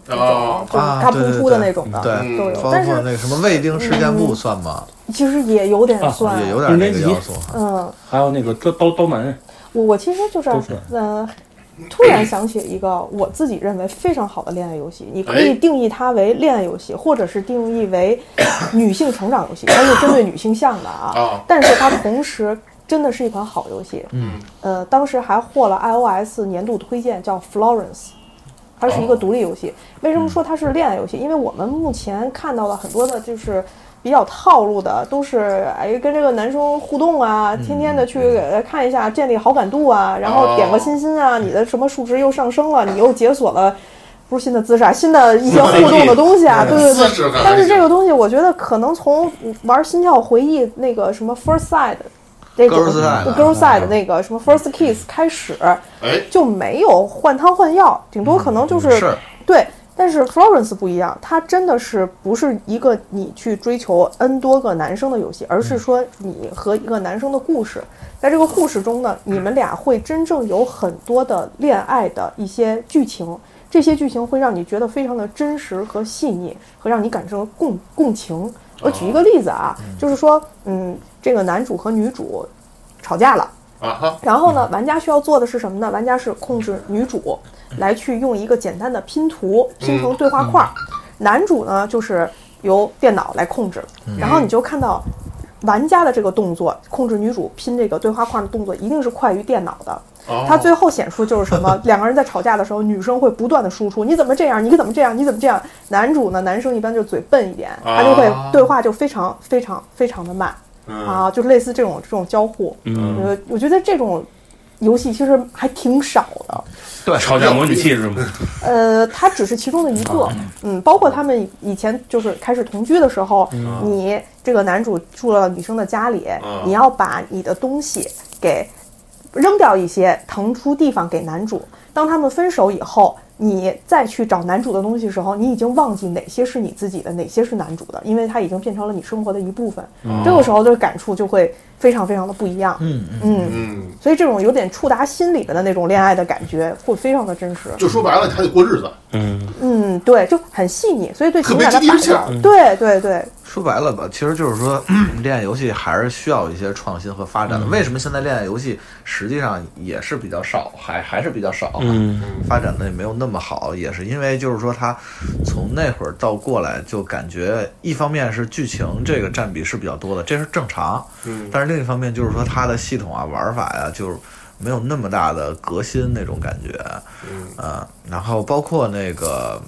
哦，就是啊嘎对噗对噗的对那种的，对嗯都有。包括但是那个什么未定事件簿算吗？其实也有点啊算，也有点那个要素。嗯，还有那个刀刀刀男人，我我其实就是都是嗯、呃，突然想起一个我自己认为非常好的恋爱游戏，你可以哎定义它为恋爱游戏，或者是定义为女性成长游戏，它是针对女性向的啊。啊但是它同时真的是一款好游戏，嗯，呃，当时还获了 iOS 年度推荐，叫 Florence。它是一个独立游戏。为什么说它是恋爱游戏？因为我们目前看到的很多的就是比较套路的，都是哎跟这个男生互动啊，天天的去呃看一下，建立好感度啊，然后点个心心啊，你的什么数值又上升了，你又解锁了。不是新的姿势啊，新的一些互动的东西啊，对对姿势对感。但是这个东西，我觉得可能从玩《心跳回忆》那个什么 First Side 那种 Girls Side 对 Girls Side 那个什么 First Kiss 开始，哎，就没有换汤换药，顶多可能就是,、嗯是对。但是 Florence 不一样，它真的是不是一个你去追求 n 多个男生的游戏，而是说你和一个男生的故事，在这个故事中呢，你们俩会真正有很多的恋爱的一些剧情，这些剧情会让你觉得非常的真实和细腻，和让你感受共共情。我举一个例子啊，就是说，嗯，这个男主和女主吵架了。啊哈，然后呢，玩家需要做的是什么呢？玩家是控制女主来去用一个简单的拼图拼成对话框嗯儿，男主呢就是由电脑来控制。嗯然后你就看到玩家的这个动作，控制女主拼这个对话框的动作一定是快于电脑的。哦它最后显出就是 什么？两个人在吵架的时候，女生会不断的输出，你怎么这样？你怎么这样？你怎么这样？男主呢，男生一般就嘴笨一点，他就会啊对话就非常非常非常的慢。嗯嗯呃啊，就类似这种这种交互，嗯，我觉得这种游戏其实还挺少的。对，吵架模拟器是吗？呃，它只是其中的一个，嗯，包括他们以前就是开始同居的时候，嗯你这个男主住了女生的家里，嗯你要把你的东西给扔掉一些，腾出地方给男主。当他们分手以后，你再去找男主的东西的时候，你已经忘记哪些是你自己的，哪些是男主的，因为它已经变成了你生活的一部分。嗯这个时候的感触就会非常非常的不一样。嗯嗯嗯，所以这种有点触达心里边的那种恋爱的感觉，会非常的真实。就说白了，你还得过日子。嗯，嗯，对，就很细腻，所以对特情别感的接地气儿把握，对对对，说白了吧，其实就是说， 恋爱游戏还是需要一些创新和发展的。为什么现在恋爱游戏实际上也是比较少，还还是比较少，啊嗯，发展的也没有那么好，也是因为就是说，它从那会儿到过来，就感觉一方面是剧情这个占比是比较多的，这是正常，嗯但是另一方面就是说，它的系统啊、玩法呀、就是没有那么大的革新那种感觉，嗯嗯，然后包括那个，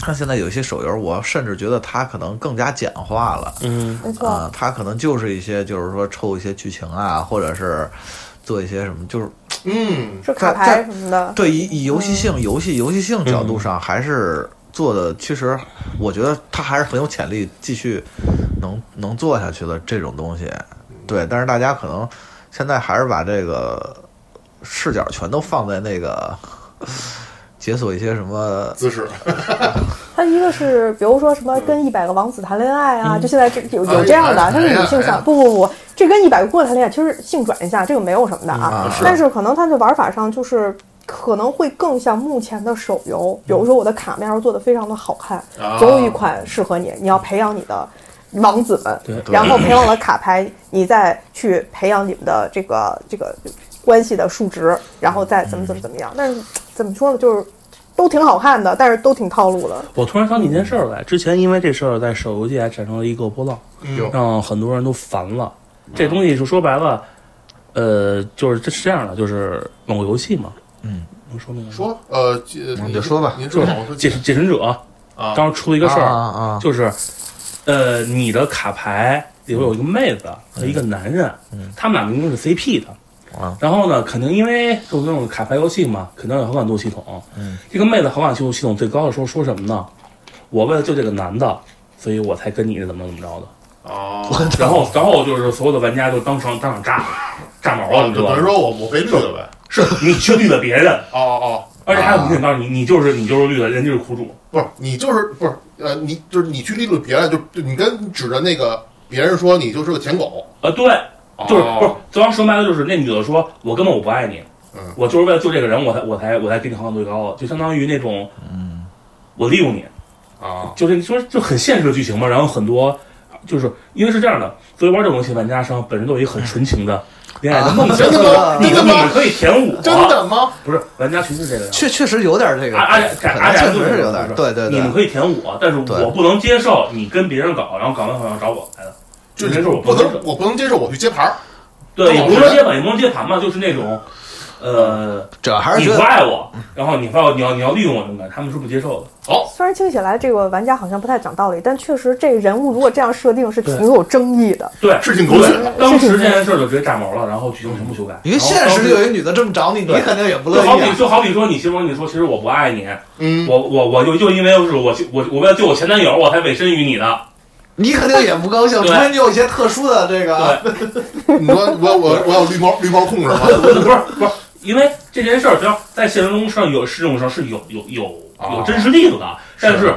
看现在有一些手游，我甚至觉得它可能更加简化了。嗯没错啊、它可能就是一些，就是说抽一些剧情啊，或者是做一些什么，就是嗯，是卡牌什么的，对以以游戏嗯性、游戏游戏性角度上，还是做的。其实我觉得它还是很有潜力继续能能做下去的这种东西。对，但是大家可能现在还是把这个视角全都放在那个 解锁一些什么姿势，它一个是比如说什么跟一百个王子谈恋爱啊，就现在这有有这样的，哎呀它是女性哎呀向，不不不，这跟一百个姑娘谈恋爱其实性转一下，这个没有什么的嗯啊啊，但是可能它的玩法上就是。可能会更像目前的手游，比如说我的卡面要做的非常的好看，啊总有嗯一款适合你。你要培养你的王子们，对然后培养了卡牌，你再去培养你们的这个这个关系的数值，然后再怎么怎么怎么样。嗯但是怎么说呢，就是都挺好看的，但是都挺套路的。我突然想起一件事儿来，之前因为这事儿在手游界还产生了一个波浪，嗯让很多人都烦了。这东西就说白了，呃，就是这是这样的，就是某个游戏嘛，嗯，能说明吗？说呃，你就说吧您就说是吧，我说解解神者啊当时出了一个事儿，啊啊啊就是呃，你的卡牌里边有一个妹子和一个男人，嗯他们俩明明是 CP 的。啊然后呢，肯定因为就那种卡牌游戏嘛，肯定有好感度系统。嗯，这个妹子好感度系统最高的时候说什么呢？我为了救这个男的，所以我才跟你怎么怎么着的。哦，啊然后，然后就是所有的玩家就当场当场炸了，炸毛了，你知道吗？哦等于说我我被绿了呗？是你去绿了别人，哦哦，而且还有明显告诉你，你就是你就是绿的，人就是苦主。不是你就是不是呃，你就是你去利用别人，就就你跟指着那个别人说你就是个舔狗，啊，对，就是不是哦，最后说白了就是那女的说，我根本我不爱你，嗯我就是为了救这个人，我才我才我才给你好感度最高的，就相当于那种，嗯我利用你，啊，就是你说就很现实的剧情嘛。然后很多就是因为是这样的，所以玩这种游戏玩家实际上本身都有一个很纯情的恋爱的梦想，真的吗 你啊真们的你吗们可以舔我，真的吗？不是玩家群是这个样子。确确实有点这个，阿阿可阿能阿确就实是是有点，对对对，你们可以舔我，但是我不能接受你跟别人搞，然后搞完好像找我来的，就这是事我不接受能。我不能接受我去接盘儿，对，也不是说接吻，也不是接盘嘛，就是那种，呃，主要还是你觉不得爱我，然后你非要你要你要利用我这种感觉，他们是不接受的。虽然听起来这个玩家好像不太讲道理，但确实这个人物如果这样设定是挺有争议的。对，是挺狗血的。对当时这件事儿就直接炸毛了，然后剧情全部修改。因为现实里有一女的这么找你，你哦对肯定也不就乐好意比啊。就好比说，你媳妇儿跟你说，其实我不爱你，嗯，我我我就就因为是我我我为了救我前男友，我才委身于你的。你肯定也不高兴，除 对非你有一些特殊的这个，对，你说我我我有绿帽绿帽控制吗？不是不是不是，因为这件事儿，只要在现实中上有是这种上是有有有有真实例子的，但是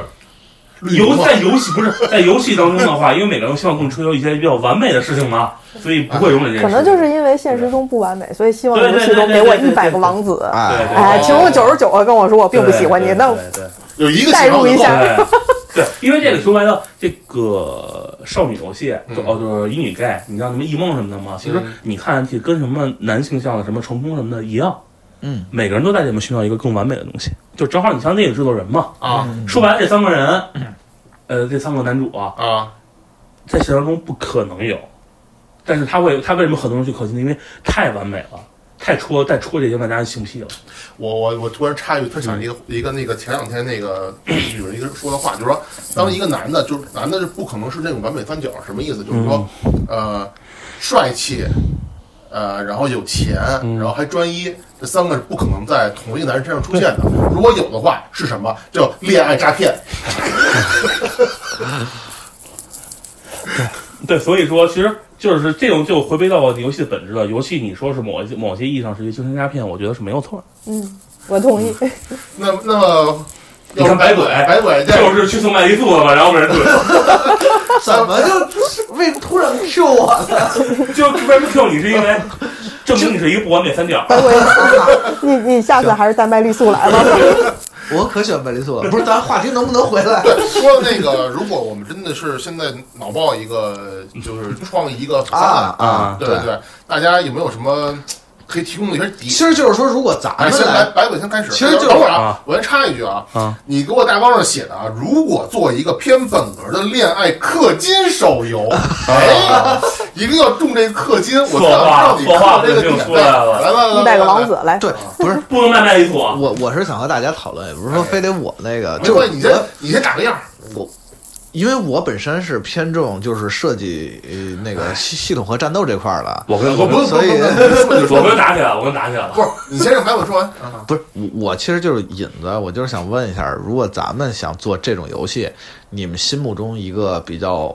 绿游帽在游戏不是在游戏当中的话，因为 每个人希望更追求一些比较完美的事情嘛，所以不会容忍这件事情。可能就是因为现实中不完美，所以希望对对游戏中对对给我对对一百个对王子。对哎，对哎，对其中有九十九个跟我说我并不喜欢你，对那对对对有一个代喜欢入我一就够了下，对对，因为这个说白了，这个少女游戏，就哦就是乙女 gay，你像什么异梦什么的嘛，其实嗯你看这跟什么男性向的什么成功什么的一样。嗯，每个人都在里面寻找一个更完美的东西，就正好你像那个制作人嘛，啊说白了这三个人，呃，这三个男主啊，啊，在现实中不可能有，但是他会，他为什么很多人去氪金？因为太完美了，太戳，太戳这些玩家的性癖了。我我我突然插一句，他想一个一个那个前两天那个有一个人说的话，就是说，当一个男的，就是男嗯的是不可能是那种完美三角，什么意思？就是说，呃，帅气，呃，然后有钱，然后还专一，这三个是不可能在同一个男人身上出现的。如果有的话，是什么？叫恋爱诈骗。 对，所以说其实就是这种就回归到游戏的本质了。游戏你说是某一些某些意义上是一个精神鸦片，我觉得是没有错的。嗯，我同意。那那么，你看白鬼，白鬼就是去送麦丽素的嘛，然后被人怼，怎么就为突然 Q 我了？就为什么 Q 你是因 为证明你是一个不完美三角。白鬼， 你你下次还是带麦丽素来吧。我可喜欢麦丽素了。不是， 咱话题能不能回来？说那个，如果我们真的是现在脑爆一个，就是创意一个方案啊啊对对对对，大家有没有什么可以提供的一些底？其实就是说，如果咱哎，们先白来，白鬼先开始。其实就是等会儿啊啊，我先插一句啊，啊，你给我大纲上写的啊，如果做一个偏本格的恋爱氪金手游，哎，一定要中这氪金，我才说话能让你说话看这个不点就赞。出来了来来来，一百个王来，子来，对，不是不能卖麦丽素啊。我，我是想和大家讨论，也不是说非得我那个，这就你先是你先打个样儿，我。因为我本身是偏重就是设计呃那个系系统和战斗这块儿的，啊我跟我不所以不我跟打起来了，我跟打起来了。不是，你先让白鬼说完。不是我，我其实就是引子，我就是想问一下，如果咱们想做这种游戏，你们心目中一个比较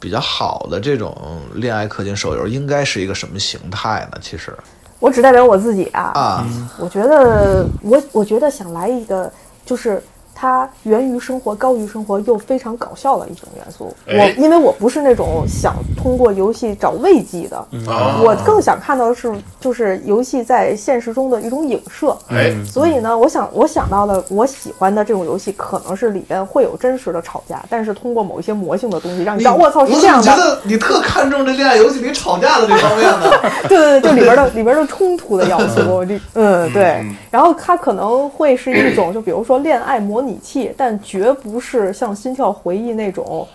比较好的这种恋爱氪金手游，应该是一个什么形态呢？其实我只代表我自己啊，我觉得我我觉得想来一个，就是它源于生活、高于生活又非常搞笑的一种元素。我哎因为我不是那种想通过游戏找慰藉的，嗯嗯啊我更想看到的是就是游戏在现实中的一种影射。哎，嗯所以呢，我想我想到的我喜欢的这种游戏，可能是里边会有真实的吵架，但是通过某一些魔性的东西让你知道，我操，是哎我这怎么样觉的。得你特看重这恋爱游戏里吵架的这方面呢？对 对对，就里边的里边的冲突的要素，这嗯对，然后它可能会是一种，就比如说恋爱模拟器，但绝不是像心跳回忆那种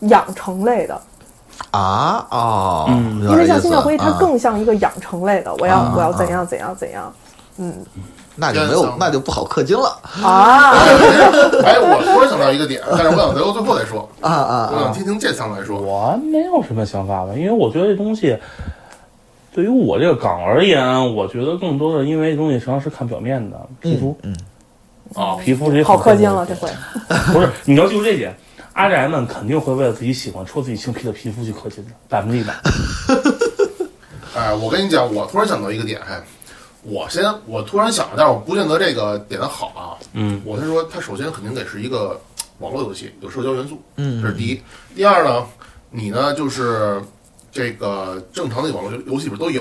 养成类的，啊哦，有点因为意像思心跳回忆它啊更像一个养成类的，我要啊我要怎啊样怎样怎样，嗯那就没有，那就不好氪金了啊， 哎，我突然想到一个点，但是我想留到最后再说，啊啊我想嗯啊！听听这三来说。我没有什么想法吧，因为我觉得这东西对于我这个岗而言，我觉得更多的因为这东西实际上是看表面的，皮肤嗯啊，皮肤这些好氪金了这回， 不是，你要记住这点。阿宅们肯定会为了自己喜欢、戳自己青皮的皮肤去氪金的， 百分之一百。哎，我跟你讲，我突然想到一个点，哎，我先我突然想，但是我不见得这个点的好啊。嗯，我是说，它首先肯定得是一个网络游戏，有社交元素，嗯，这是第一。第二呢，你呢就是这个正常的网络游戏里边都有，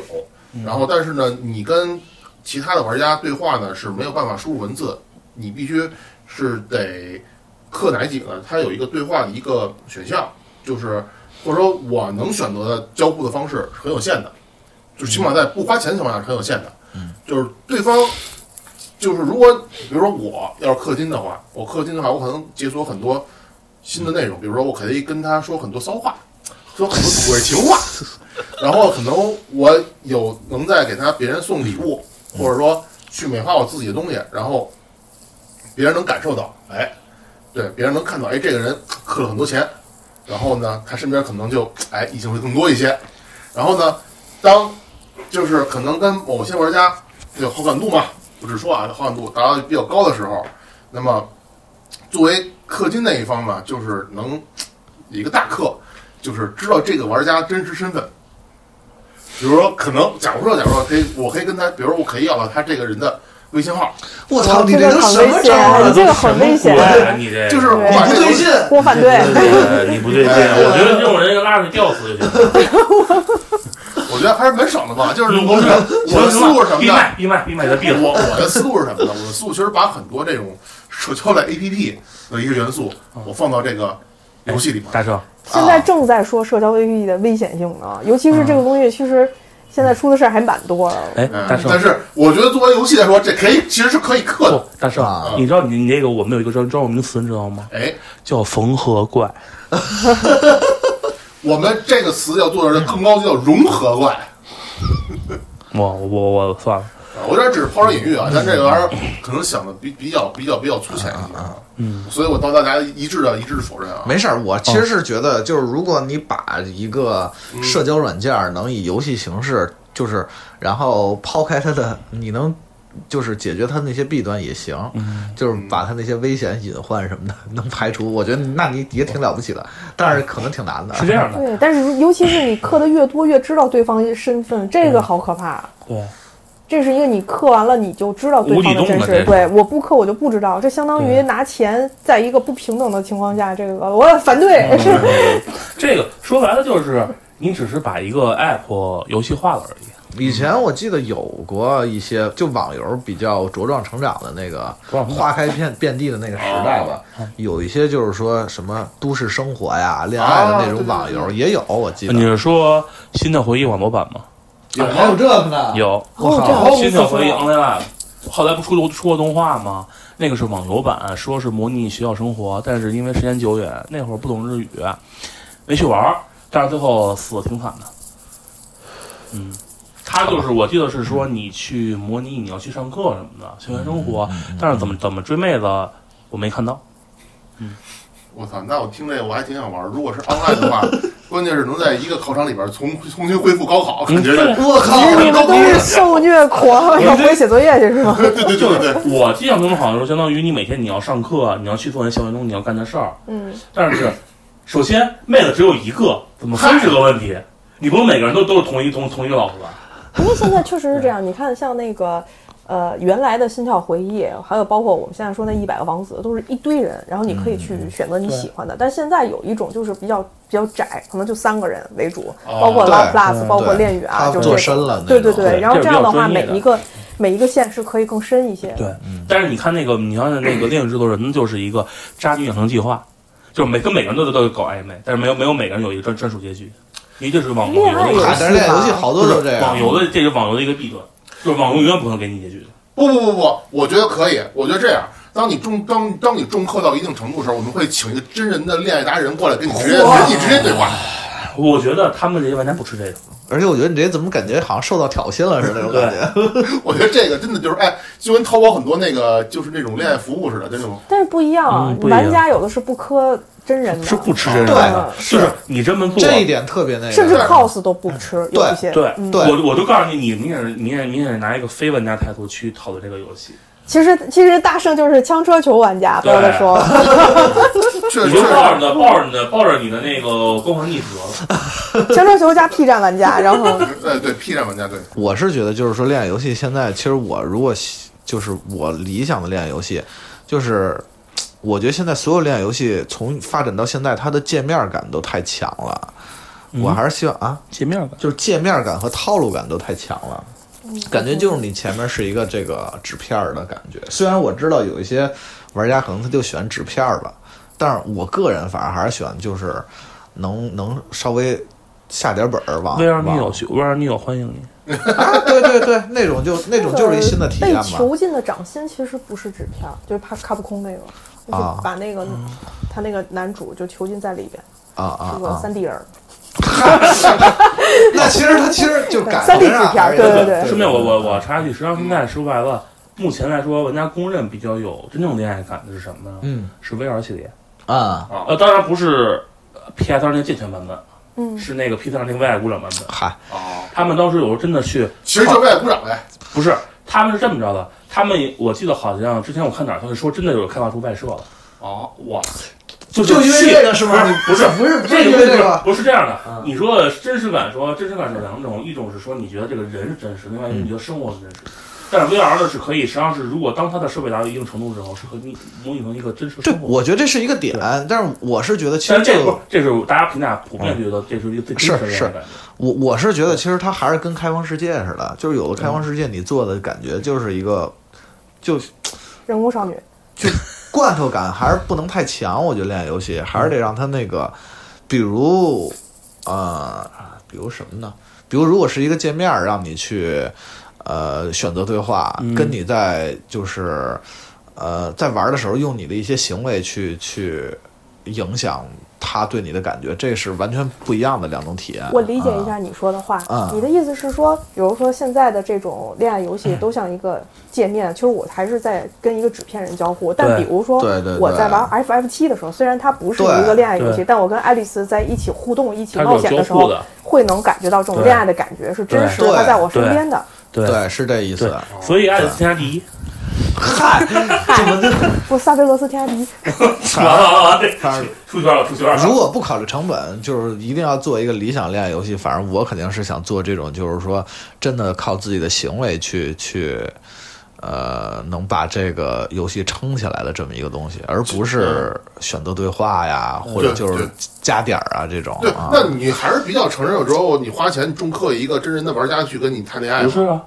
然后但是呢，你跟其他的玩家对话呢是没有办法输入文字，你必须是得刻哪几个呢？它有一个对话的一个选项，就是或者说我能选择的交互的方式是很有限的，就是起码在不花钱的情况下是很有限的。嗯，就是对方就是如果比如说我要是氪金的话，我氪金的话，我可能解锁很多新的内容，比如说我可以跟他说很多骚话，说很多土味情话，然后可能我有能在给他别人送礼物，或者说去美化我自己的东西，然后别人能感受到，哎，对，别人能看到，哎，这个人氪了很多钱，然后呢，他身边可能就哎异性会更多一些，然后呢，当就是可能跟某些玩家有好感度嘛，我只说啊，好感度达到比较高的时候，那么作为氪金那一方呢，就是能有一个大氪，就是知道这个玩家真实身份。比如说，可能假如说，假如说可以，我可以跟他，比如说我可以要到他这个人的微信号，我操，你这个都很什么危招险儿，你了？这个很危险，哎你这就是我对把不这个对劲，我反对。对，你不对劲。我觉得这种人就拉出去吊死就行。我觉得还是蛮爽的吧。就是嗯我的我的思路是什么闭呢？麦，闭麦，闭麦，咱闭哎我了。我的思路是什么呢？我的思路其实把很多这种社交类 APP 的一个元素，我放到这个游戏里面。大圣， 现在正在说社交 APP 的危险性呢，尤其是这个东西，其实现在出的事儿还蛮多的。哎，嗯大，圣但，是我哦觉得作为游戏来说，这可以其实是可以克不的。，大圣啊，你知道你你那个我们有一个专专有名词，你知道吗？哎，叫缝合怪。我们这个词要做的更高级，叫融合怪。我我我算了。啊我这只是抛砖引玉啊，但这个玩意儿可能想的比比较比较比较粗浅一些啊。嗯，所以我到大家一致的一致否认啊。没事儿，我其实是觉得，就是如果你把一个社交软件儿能以游戏形式，就是然后抛开它的，你能就是解决它那些弊端也行，就是把它那些危险隐患什么的能排除，我觉得那你也挺了不起的，但是可能挺难的。是这样对，但是尤其是你刻的越多，越知道对方身份，这个好可怕。对，这是一个你刻完了你就知道对方的真无底洞了这实是。对，我不刻我就不知道，这相当于对拿钱在一个不平等的情况下，这个我反对。嗯 这个说白了就是，你只是把一个 app 游戏化了而已。以前我记得有过一些，就网游比较茁壮成长的那个嗯花开遍遍地的那个时代吧，有一些就是说什么都市生活呀、恋爱的那种网游也有，我记得你是说新的回忆网络版吗？有还有这个呢，有，我靠这还有新的回忆哦意思 online live，后来不出过出过动画吗？那个是网游版，说是模拟学校生活，但是因为时间久远，那会儿不懂日语，没去玩儿，但是最后死的挺惨的。嗯，他就是我记得是说你去模拟你要去上课什么的校园生活，但是怎么怎么追妹子我没看到。我操！那我听这个我还挺想玩。如果是 online 的话，关键是能在一个考场里边重重新恢复高考，感觉嗯对我靠，你们都是受虐狂，要回写作业去是 吗？对对对对，对 我印象中好像是相当于你每天你要上课，你要去做那校园中你要干的事儿，嗯，但是，首先妹子只有一个，怎么分是个问题。你不能每个人都都是同一同同一个老婆吧？不过现在确实是这样，你看像那个。呃，原来的心跳回忆，还有包括我们现在说那一百个王子，都是一堆人，然后你可以去选择你喜欢的。但现在有一种就是比较比较窄，可能就三个人为主，哦包括对 Love Plus，嗯包括对恋与啊，它就做这深了那对对种对，对然后这这是样比较的话，专业每的一个每一个线是可以更深一些的。对，但是你看那个，你像那个《恋与制作人》就是一个渣女养成计划，就是每跟每个人都都有搞暧昧，但是没有没有每个人有一个专专属结局，一定是网游恋爱的一游个戏吧但是恋爱游戏好多都是这样网游的这是网游的一个弊端，就是网游永远不可能给你结局的。不不不不，我觉得可以。我觉得这样，当你重当当你重刻到一定程度的时候，我们会请一个真人的恋爱达人过来跟你直接哇跟你直接对话。我觉得他们这些玩家不吃这个，而且我觉得你这怎么感觉好像受到挑衅了似的那种感觉。我觉得这个真的就是哎，就跟淘宝很多那个就是那种恋爱服务似的，那种但是不一样啊嗯，不一样玩家有的是不磕真人的，嗯是不吃这个对的，是啊就是你这么做这一点特别那个，甚至 cos 都不吃，有一些对，嗯我我就告诉你，你明显是明显明显是拿一个非玩家态度去讨论这个游戏，其实其实大圣就是枪车球玩家，对多的 说，确你实就抱着是你的抱着你的抱着你的那个光环逆得了。枪车球加 P 站玩家，然后呃对 P 站玩家对，我是觉得，就是说恋爱游戏现在，其实我如果喜就是我理想的恋爱游戏，就是我觉得现在所有恋爱游戏从发展到现在，它的界面感都太强了。我还是希望啊，界面感，就是界面感和套路感都太强了，嗯感觉就是你前面是一个这个纸片儿的感觉。虽然我知道有一些玩家可能他就喜欢纸片儿吧，但是我个人反而还是喜欢就是能能稍微下点本儿往威尔女往友去，威尔女友欢迎你。啊，对对对，那种就那种就是一新的体验被嘛。囚禁的掌心其实不是纸片儿，就是怕卡不空那个，就是把那个嗯他那个男主就囚禁在里边，啊啊是个啊！三 D 人儿， 那其实它其实就感三 D 觉上纸片儿而已对对对顺便我我我插一句，实际上现在说白了，目前来说，玩家公认比较有真正恋爱感的是什么呢？嗯是 VR 系列，啊，呃，当然不是 PS 二那个健全版本，嗯，是那个 PS 二那个为爱鼓掌版本。嗨，他们当时有时候真的去其实就是为了鼓掌呗。不是，他们是这么着的，他们我记得好像之前我看哪儿消息说，真的有开发出外设了。哦，哇，就就因为这这个是吗？你不是 不是不这因个为这不是个不是这样的。你说的真实感说，真实感是有两种，一种是说你觉得这个人是真实，另外一种你觉得生活是真实。但是 VR 呢是可以，实际上是如果当它的设备达到一定程度之后，是可以模拟成一个真实对生，活。我觉得这是一个点，但是我是觉得其但实是这不是个，这是大家评价普遍觉得这是一个最真实的是一是个感觉。我我是觉得其实它还是跟开放世界似的，就是有的开放世界你做的感觉就是一个就人工少女，罐头感还是不能太强，我觉得恋爱游戏还是得让它那个，比如，呃，比如什么呢？比如如果是一个界面儿让你去，呃，选择对话，跟你在就是，呃，在玩的时候用你的一些行为去去影响他对你的感觉，这是完全不一样的两种体验。我理解一啊下你说的话，嗯你的意思是说，比如说现在的这种恋爱游戏都像一个界面，其实我还是在跟一个纸片人交互。但比如说对对对我在玩 FF 七的时候，虽然它不是一个恋爱游戏，对但我跟爱丽丝在一起互动、一起它是冒有险交时互候的，会能感觉到这种对恋爱的感觉是真实的，对它在我身边的。对是这意思。所以爱的天下第 一，不，萨菲罗斯天下第一。完了完了，这啊出圈了出圈了。如果不考虑成本，就是一定要做一个理想恋爱游戏。反正我肯定是想做这种，就是说真的靠自己的行为去去，呃，能把这个游戏撑起来的这么一个东西，而不是选择对话呀，或者对就是对加点儿啊这哦种对啊，。那你还是比较承认，有时候你花钱重氪一个真人的玩家去跟你谈恋爱不吧，是啊，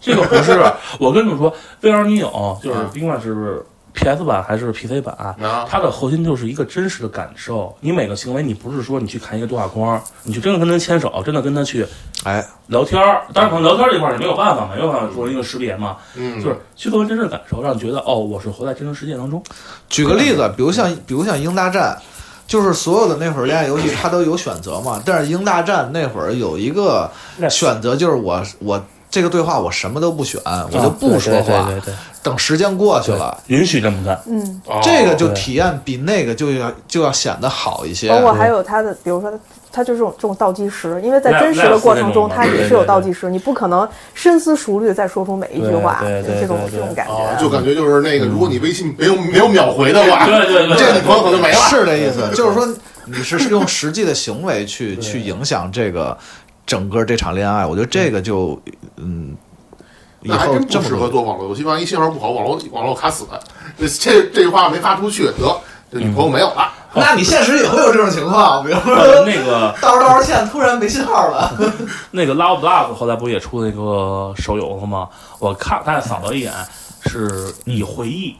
这个不是。我跟你们说，V R 你有，就是甭管是 P S 版还是 P C 版，啊它的核心就是一个真实的感受。你每个行为，你不是说你去看一个对话框，你去真的跟他牵手，真的跟他去哎聊天儿。当然，可能聊天儿这块儿你没有办法嘛，没有办法做一个识别嘛。嗯就是去做真实的感受，让你觉得哦，我是活在真实世界当中。举个例子，比如像比如像英大战，就是所有的那会儿恋爱游戏它都有选择嘛，但是英大战那会儿有一个选择就是我我。这个对话我什么都不选，我就不说话，啊对对对对等时间过去了，允许这么 干。嗯这个哦就体验比那个就要就要显得好一些。包括还有它的，比如说它它就是这种这种倒计时，因为在 Lab- 真实的过 Labs 程那中，种它对也对是有对倒计时，你不可能深思熟虑再说出每一句话，对对对这种对这种感觉。哦啊，就感觉就是那个，嗯如果你微信没有没有秒回的 话，这个女朋友可能没了，是这意思，就是说你是用实际的行为去去影响这个整个这场恋爱，我觉得这个就嗯，以那还后真这不么适合多做网络游戏，万一信号不好，网络网络卡死了，这这这句话没发出去，得这女朋友没有了。那你现实也会有这种情况，比如说呃那个道着道着线突然没信号了。那个 Love Love 后来不也出那个手游了吗？我看大概扫了一眼，是以回忆，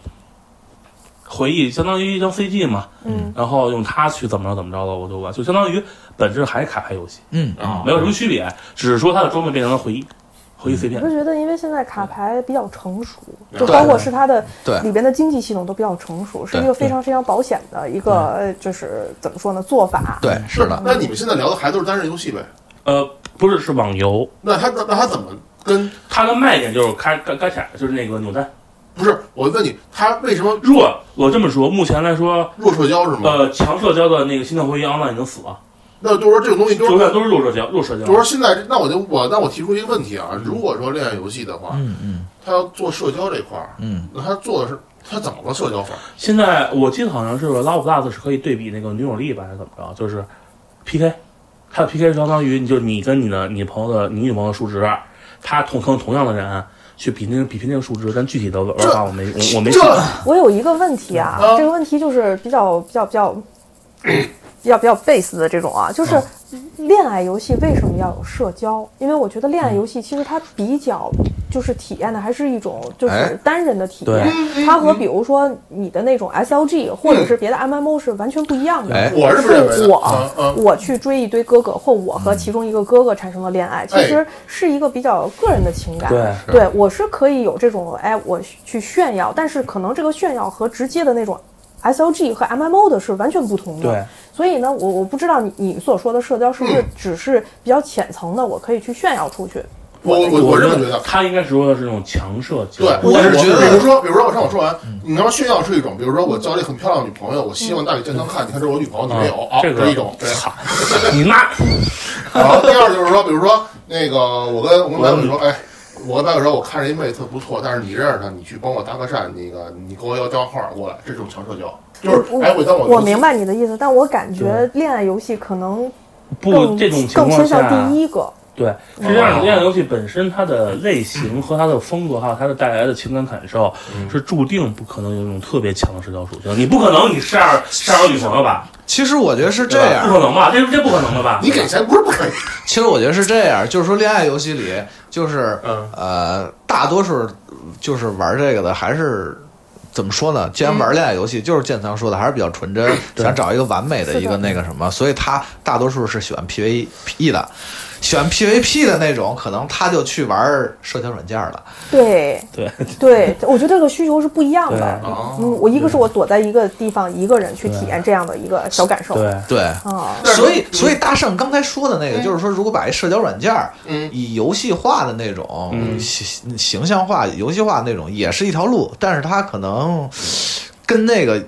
回忆相当于一张 CG 嘛，嗯，然后用它去怎么着怎么着了，我就玩，就相当于本质还是卡牌游戏，嗯啊，没有什么区别，只是说它的装备变成了回忆，回忆碎我片是。觉得，因为现在卡牌比较成熟，对就包括是它的对里边的经济系统都比较成熟，是一对个非常非常保险的一个，呃就是怎么说呢，做法。对，是的。那你们现在聊的还都是单人游戏呗？呃，不是，是网游。那它那它怎么跟它的卖点就是开开开采，就是那个扭蛋。不是，我问你，它为什么弱？我这么说，目前来说弱社交是吗？呃，强社交的那个心跳回忆 online 已经死了。那就是说这种东西就是永远都是弱社交，弱社交。就是说现在，那我就我那我提出一个问题啊，如果说恋爱游戏的话，嗯嗯它要做社交这块儿，嗯，那它做的是它怎么个社交法？现在我记得好像是 Love Plus 是可以对比那个女友力吧，还是怎么着？就是 PK，还有 PK 相当于就是你跟你的你朋友的你女朋友数值，他同可能同样的人去比拼比拼这个数值，但具体的玩法我没我我没这看。我有一个问题啊，嗯这个问题就是比较比较比较比较比较 base 的这种啊，就是嗯恋爱游戏为什么要有社交？因为我觉得恋爱游戏其实它比较就是体验的还是一种就哎是单人的体验对嗯，它和比如说你的那种 SLG 或者是别的 MMO 是完全不一样哎的。嗯我是这么认为的是嗯我嗯我去追一堆哥哥，或我和其中一个哥哥产生了恋爱，哎其实是一个比较个人的情感。对是对我是可以有这种哎，我去炫耀，但是可能这个炫耀和直接的那种 SLG 和 MMO 的是完全不同的。对所以呢，我我不知道你你所说的社交是不是只是比较浅层的，我可以去炫耀出去。我这么觉得他应该是说的是那种强社交。对，但是但是我比如说，比如说我上我说完，你要炫耀是一种，比如说我交了一个很漂亮的女朋友，我希望大家健康看，你看这是我女朋友，你没有啊，这个是一种。对，你那。然后第二就是说，比如说那个我跟我跟白鬼说，哎。我跟白鬼说，我看着一妹子特不错，但是你认识她，你去帮我搭个讪，那个你给我要电话过来，这是种强社交，就是哎，我哦当我明白你的意思，但我感觉恋爱游戏可能不更这种情更况倾下向第一个。对，是这样的，恋爱游戏本身它的类型和它的风格，还有它的带来的情感感受，是注定不可能有一种特别强的社交属性。你不可能你十二十二女朋友吧？其实我觉得是这对吧样，不可能吧？这这不可能的吧？你给钱不是不可以。其实我觉得是这样，就是说恋爱游戏里，就是、呃，大多数就是玩这个的还是。怎么说呢？既然玩恋爱游戏，就是建仓说的，还是比较纯真，想找一个完美的是的一个那个什么，所以他大多数是喜欢 PVP 的，喜欢 PVP 的那种，可能他就去玩社交软件了。对对，对，我觉得这个需求是不一样的对哦。嗯，我一个是我躲在一个地方一个人去体验这样的一个小感受。对，啊，所以所以大圣刚才说的嗯那个，就是说，如果把一社交软件儿嗯以游戏化的那种嗯形形象化、游戏化那种，也是一条路，但是它可能跟那个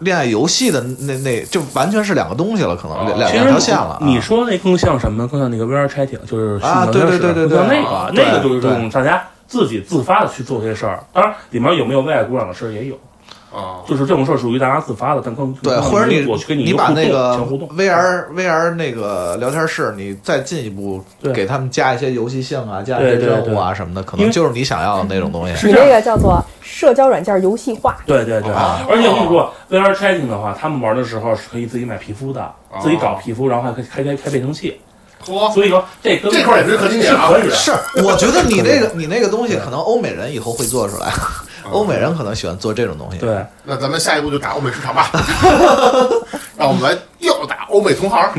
恋爱游戏的那那就完全是两个东西了，可能两哦其两实条线了。你说那更像什么？更像那个 VR 拆艇，就是啊是对对对对对像那啊个那个对就是这种大家自己自发的去做这些事儿。当然，里面有没有为爱鼓掌的事儿也有，啊，就是这种事儿属于大家自发的，但更对，更或者于你我去跟你一个把互动那个全互动 VR VR 那个聊天室，你再进一步对给他们加一些游戏性啊，加一对些对任务啊什么的，可因能为就是你想要的那种东西。你这个叫做社交软件游戏化，对对对，而且我跟你说，VR chatting 的话，他们玩的时候是可以自己买皮肤的，啊哦自己搞皮肤，然后还可以开开开变声器。嚯所以说这跟哦这块儿也是可经典啊是可以的。是，我觉得你 那个你那个东西，可能欧美人以后会做出来，哦 欧美人可能喜欢做这种东西。对，那咱们下一步就打欧美市场吧， 让我们来吊打欧美同行。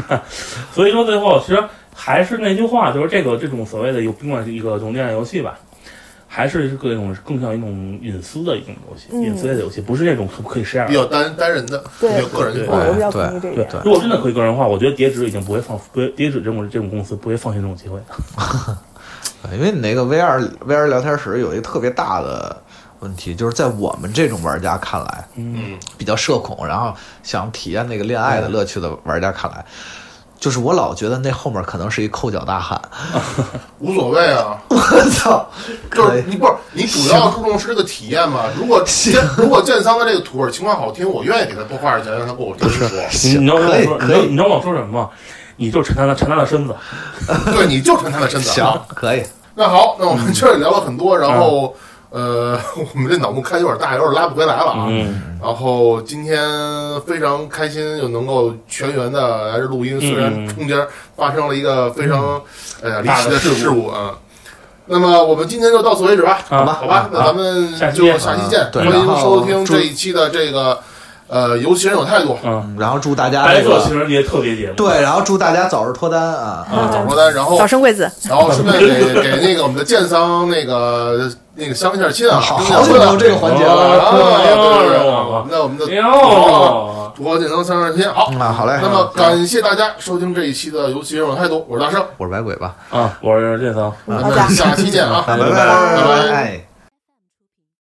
所以说最后其实还是那句话，就是这个这种所谓的有甭管是一个这种恋爱游戏吧，还是各种更像一种隐私的一种游戏，嗯隐私类的游戏，不是那种可不可以 share 比的。较单单人的，比对较个人对的我话哦我比较对同意这一对点。，如果真的可以个人化，我觉得叠纸已经不会放，不会叠纸这种这种公司不会放弃这种机会的。对，因为你那个 VR VR 聊天室有一个特别大的问题，就是在我们这种玩家看来，嗯，比较社恐，然后想体验那个恋爱的乐趣的玩家看来，就是我老觉得那后面可能是一抠脚大汉。 无所谓啊，我操！就是你不是你主要注重是这个体验嘛？如果建如果建桑的这个土味情况好听，我愿意给他多花点钱让他跟我听一 说。你你知道我可以说，你知可道以你知道我说什么吗？你就馋他的馋他的身子，对，你就穿他的身子。啊行，可以，那好，那我们确实聊了很多，然后呃， 我们这脑洞开有点大，有点拉不回来了啊。嗯，然后今天非常开心，又能够全员的来这录音，虽然嗯中间发生了一个非常呃离大奇的的事故事故啊。那么我们今天就到此为止吧，好吧好吧，那咱们啊下期就见啊下期见嗯，对欢迎然后收听祝这一期的这个呃，尤其人有态度，嗯，嗯然后祝大家白这色个情人节特别节目，对，然后祝大家早日脱单啊！啊，嗯早说单，然后早生贵子。然后顺便 给给那个我们的建桑那个那个相一下亲啊，好跟好久没有这个啊，环节哦了。对对对，哦我们的我们的哟。土豪建桑相一下亲，好。嗯啊，好嘞。那么感谢大家收听这一期的《游戏人有态度》，我是大圣，我是白鬼吧，啊，我是这桑。嗯咱好 的们下期见啊，拜拜拜拜拜拜。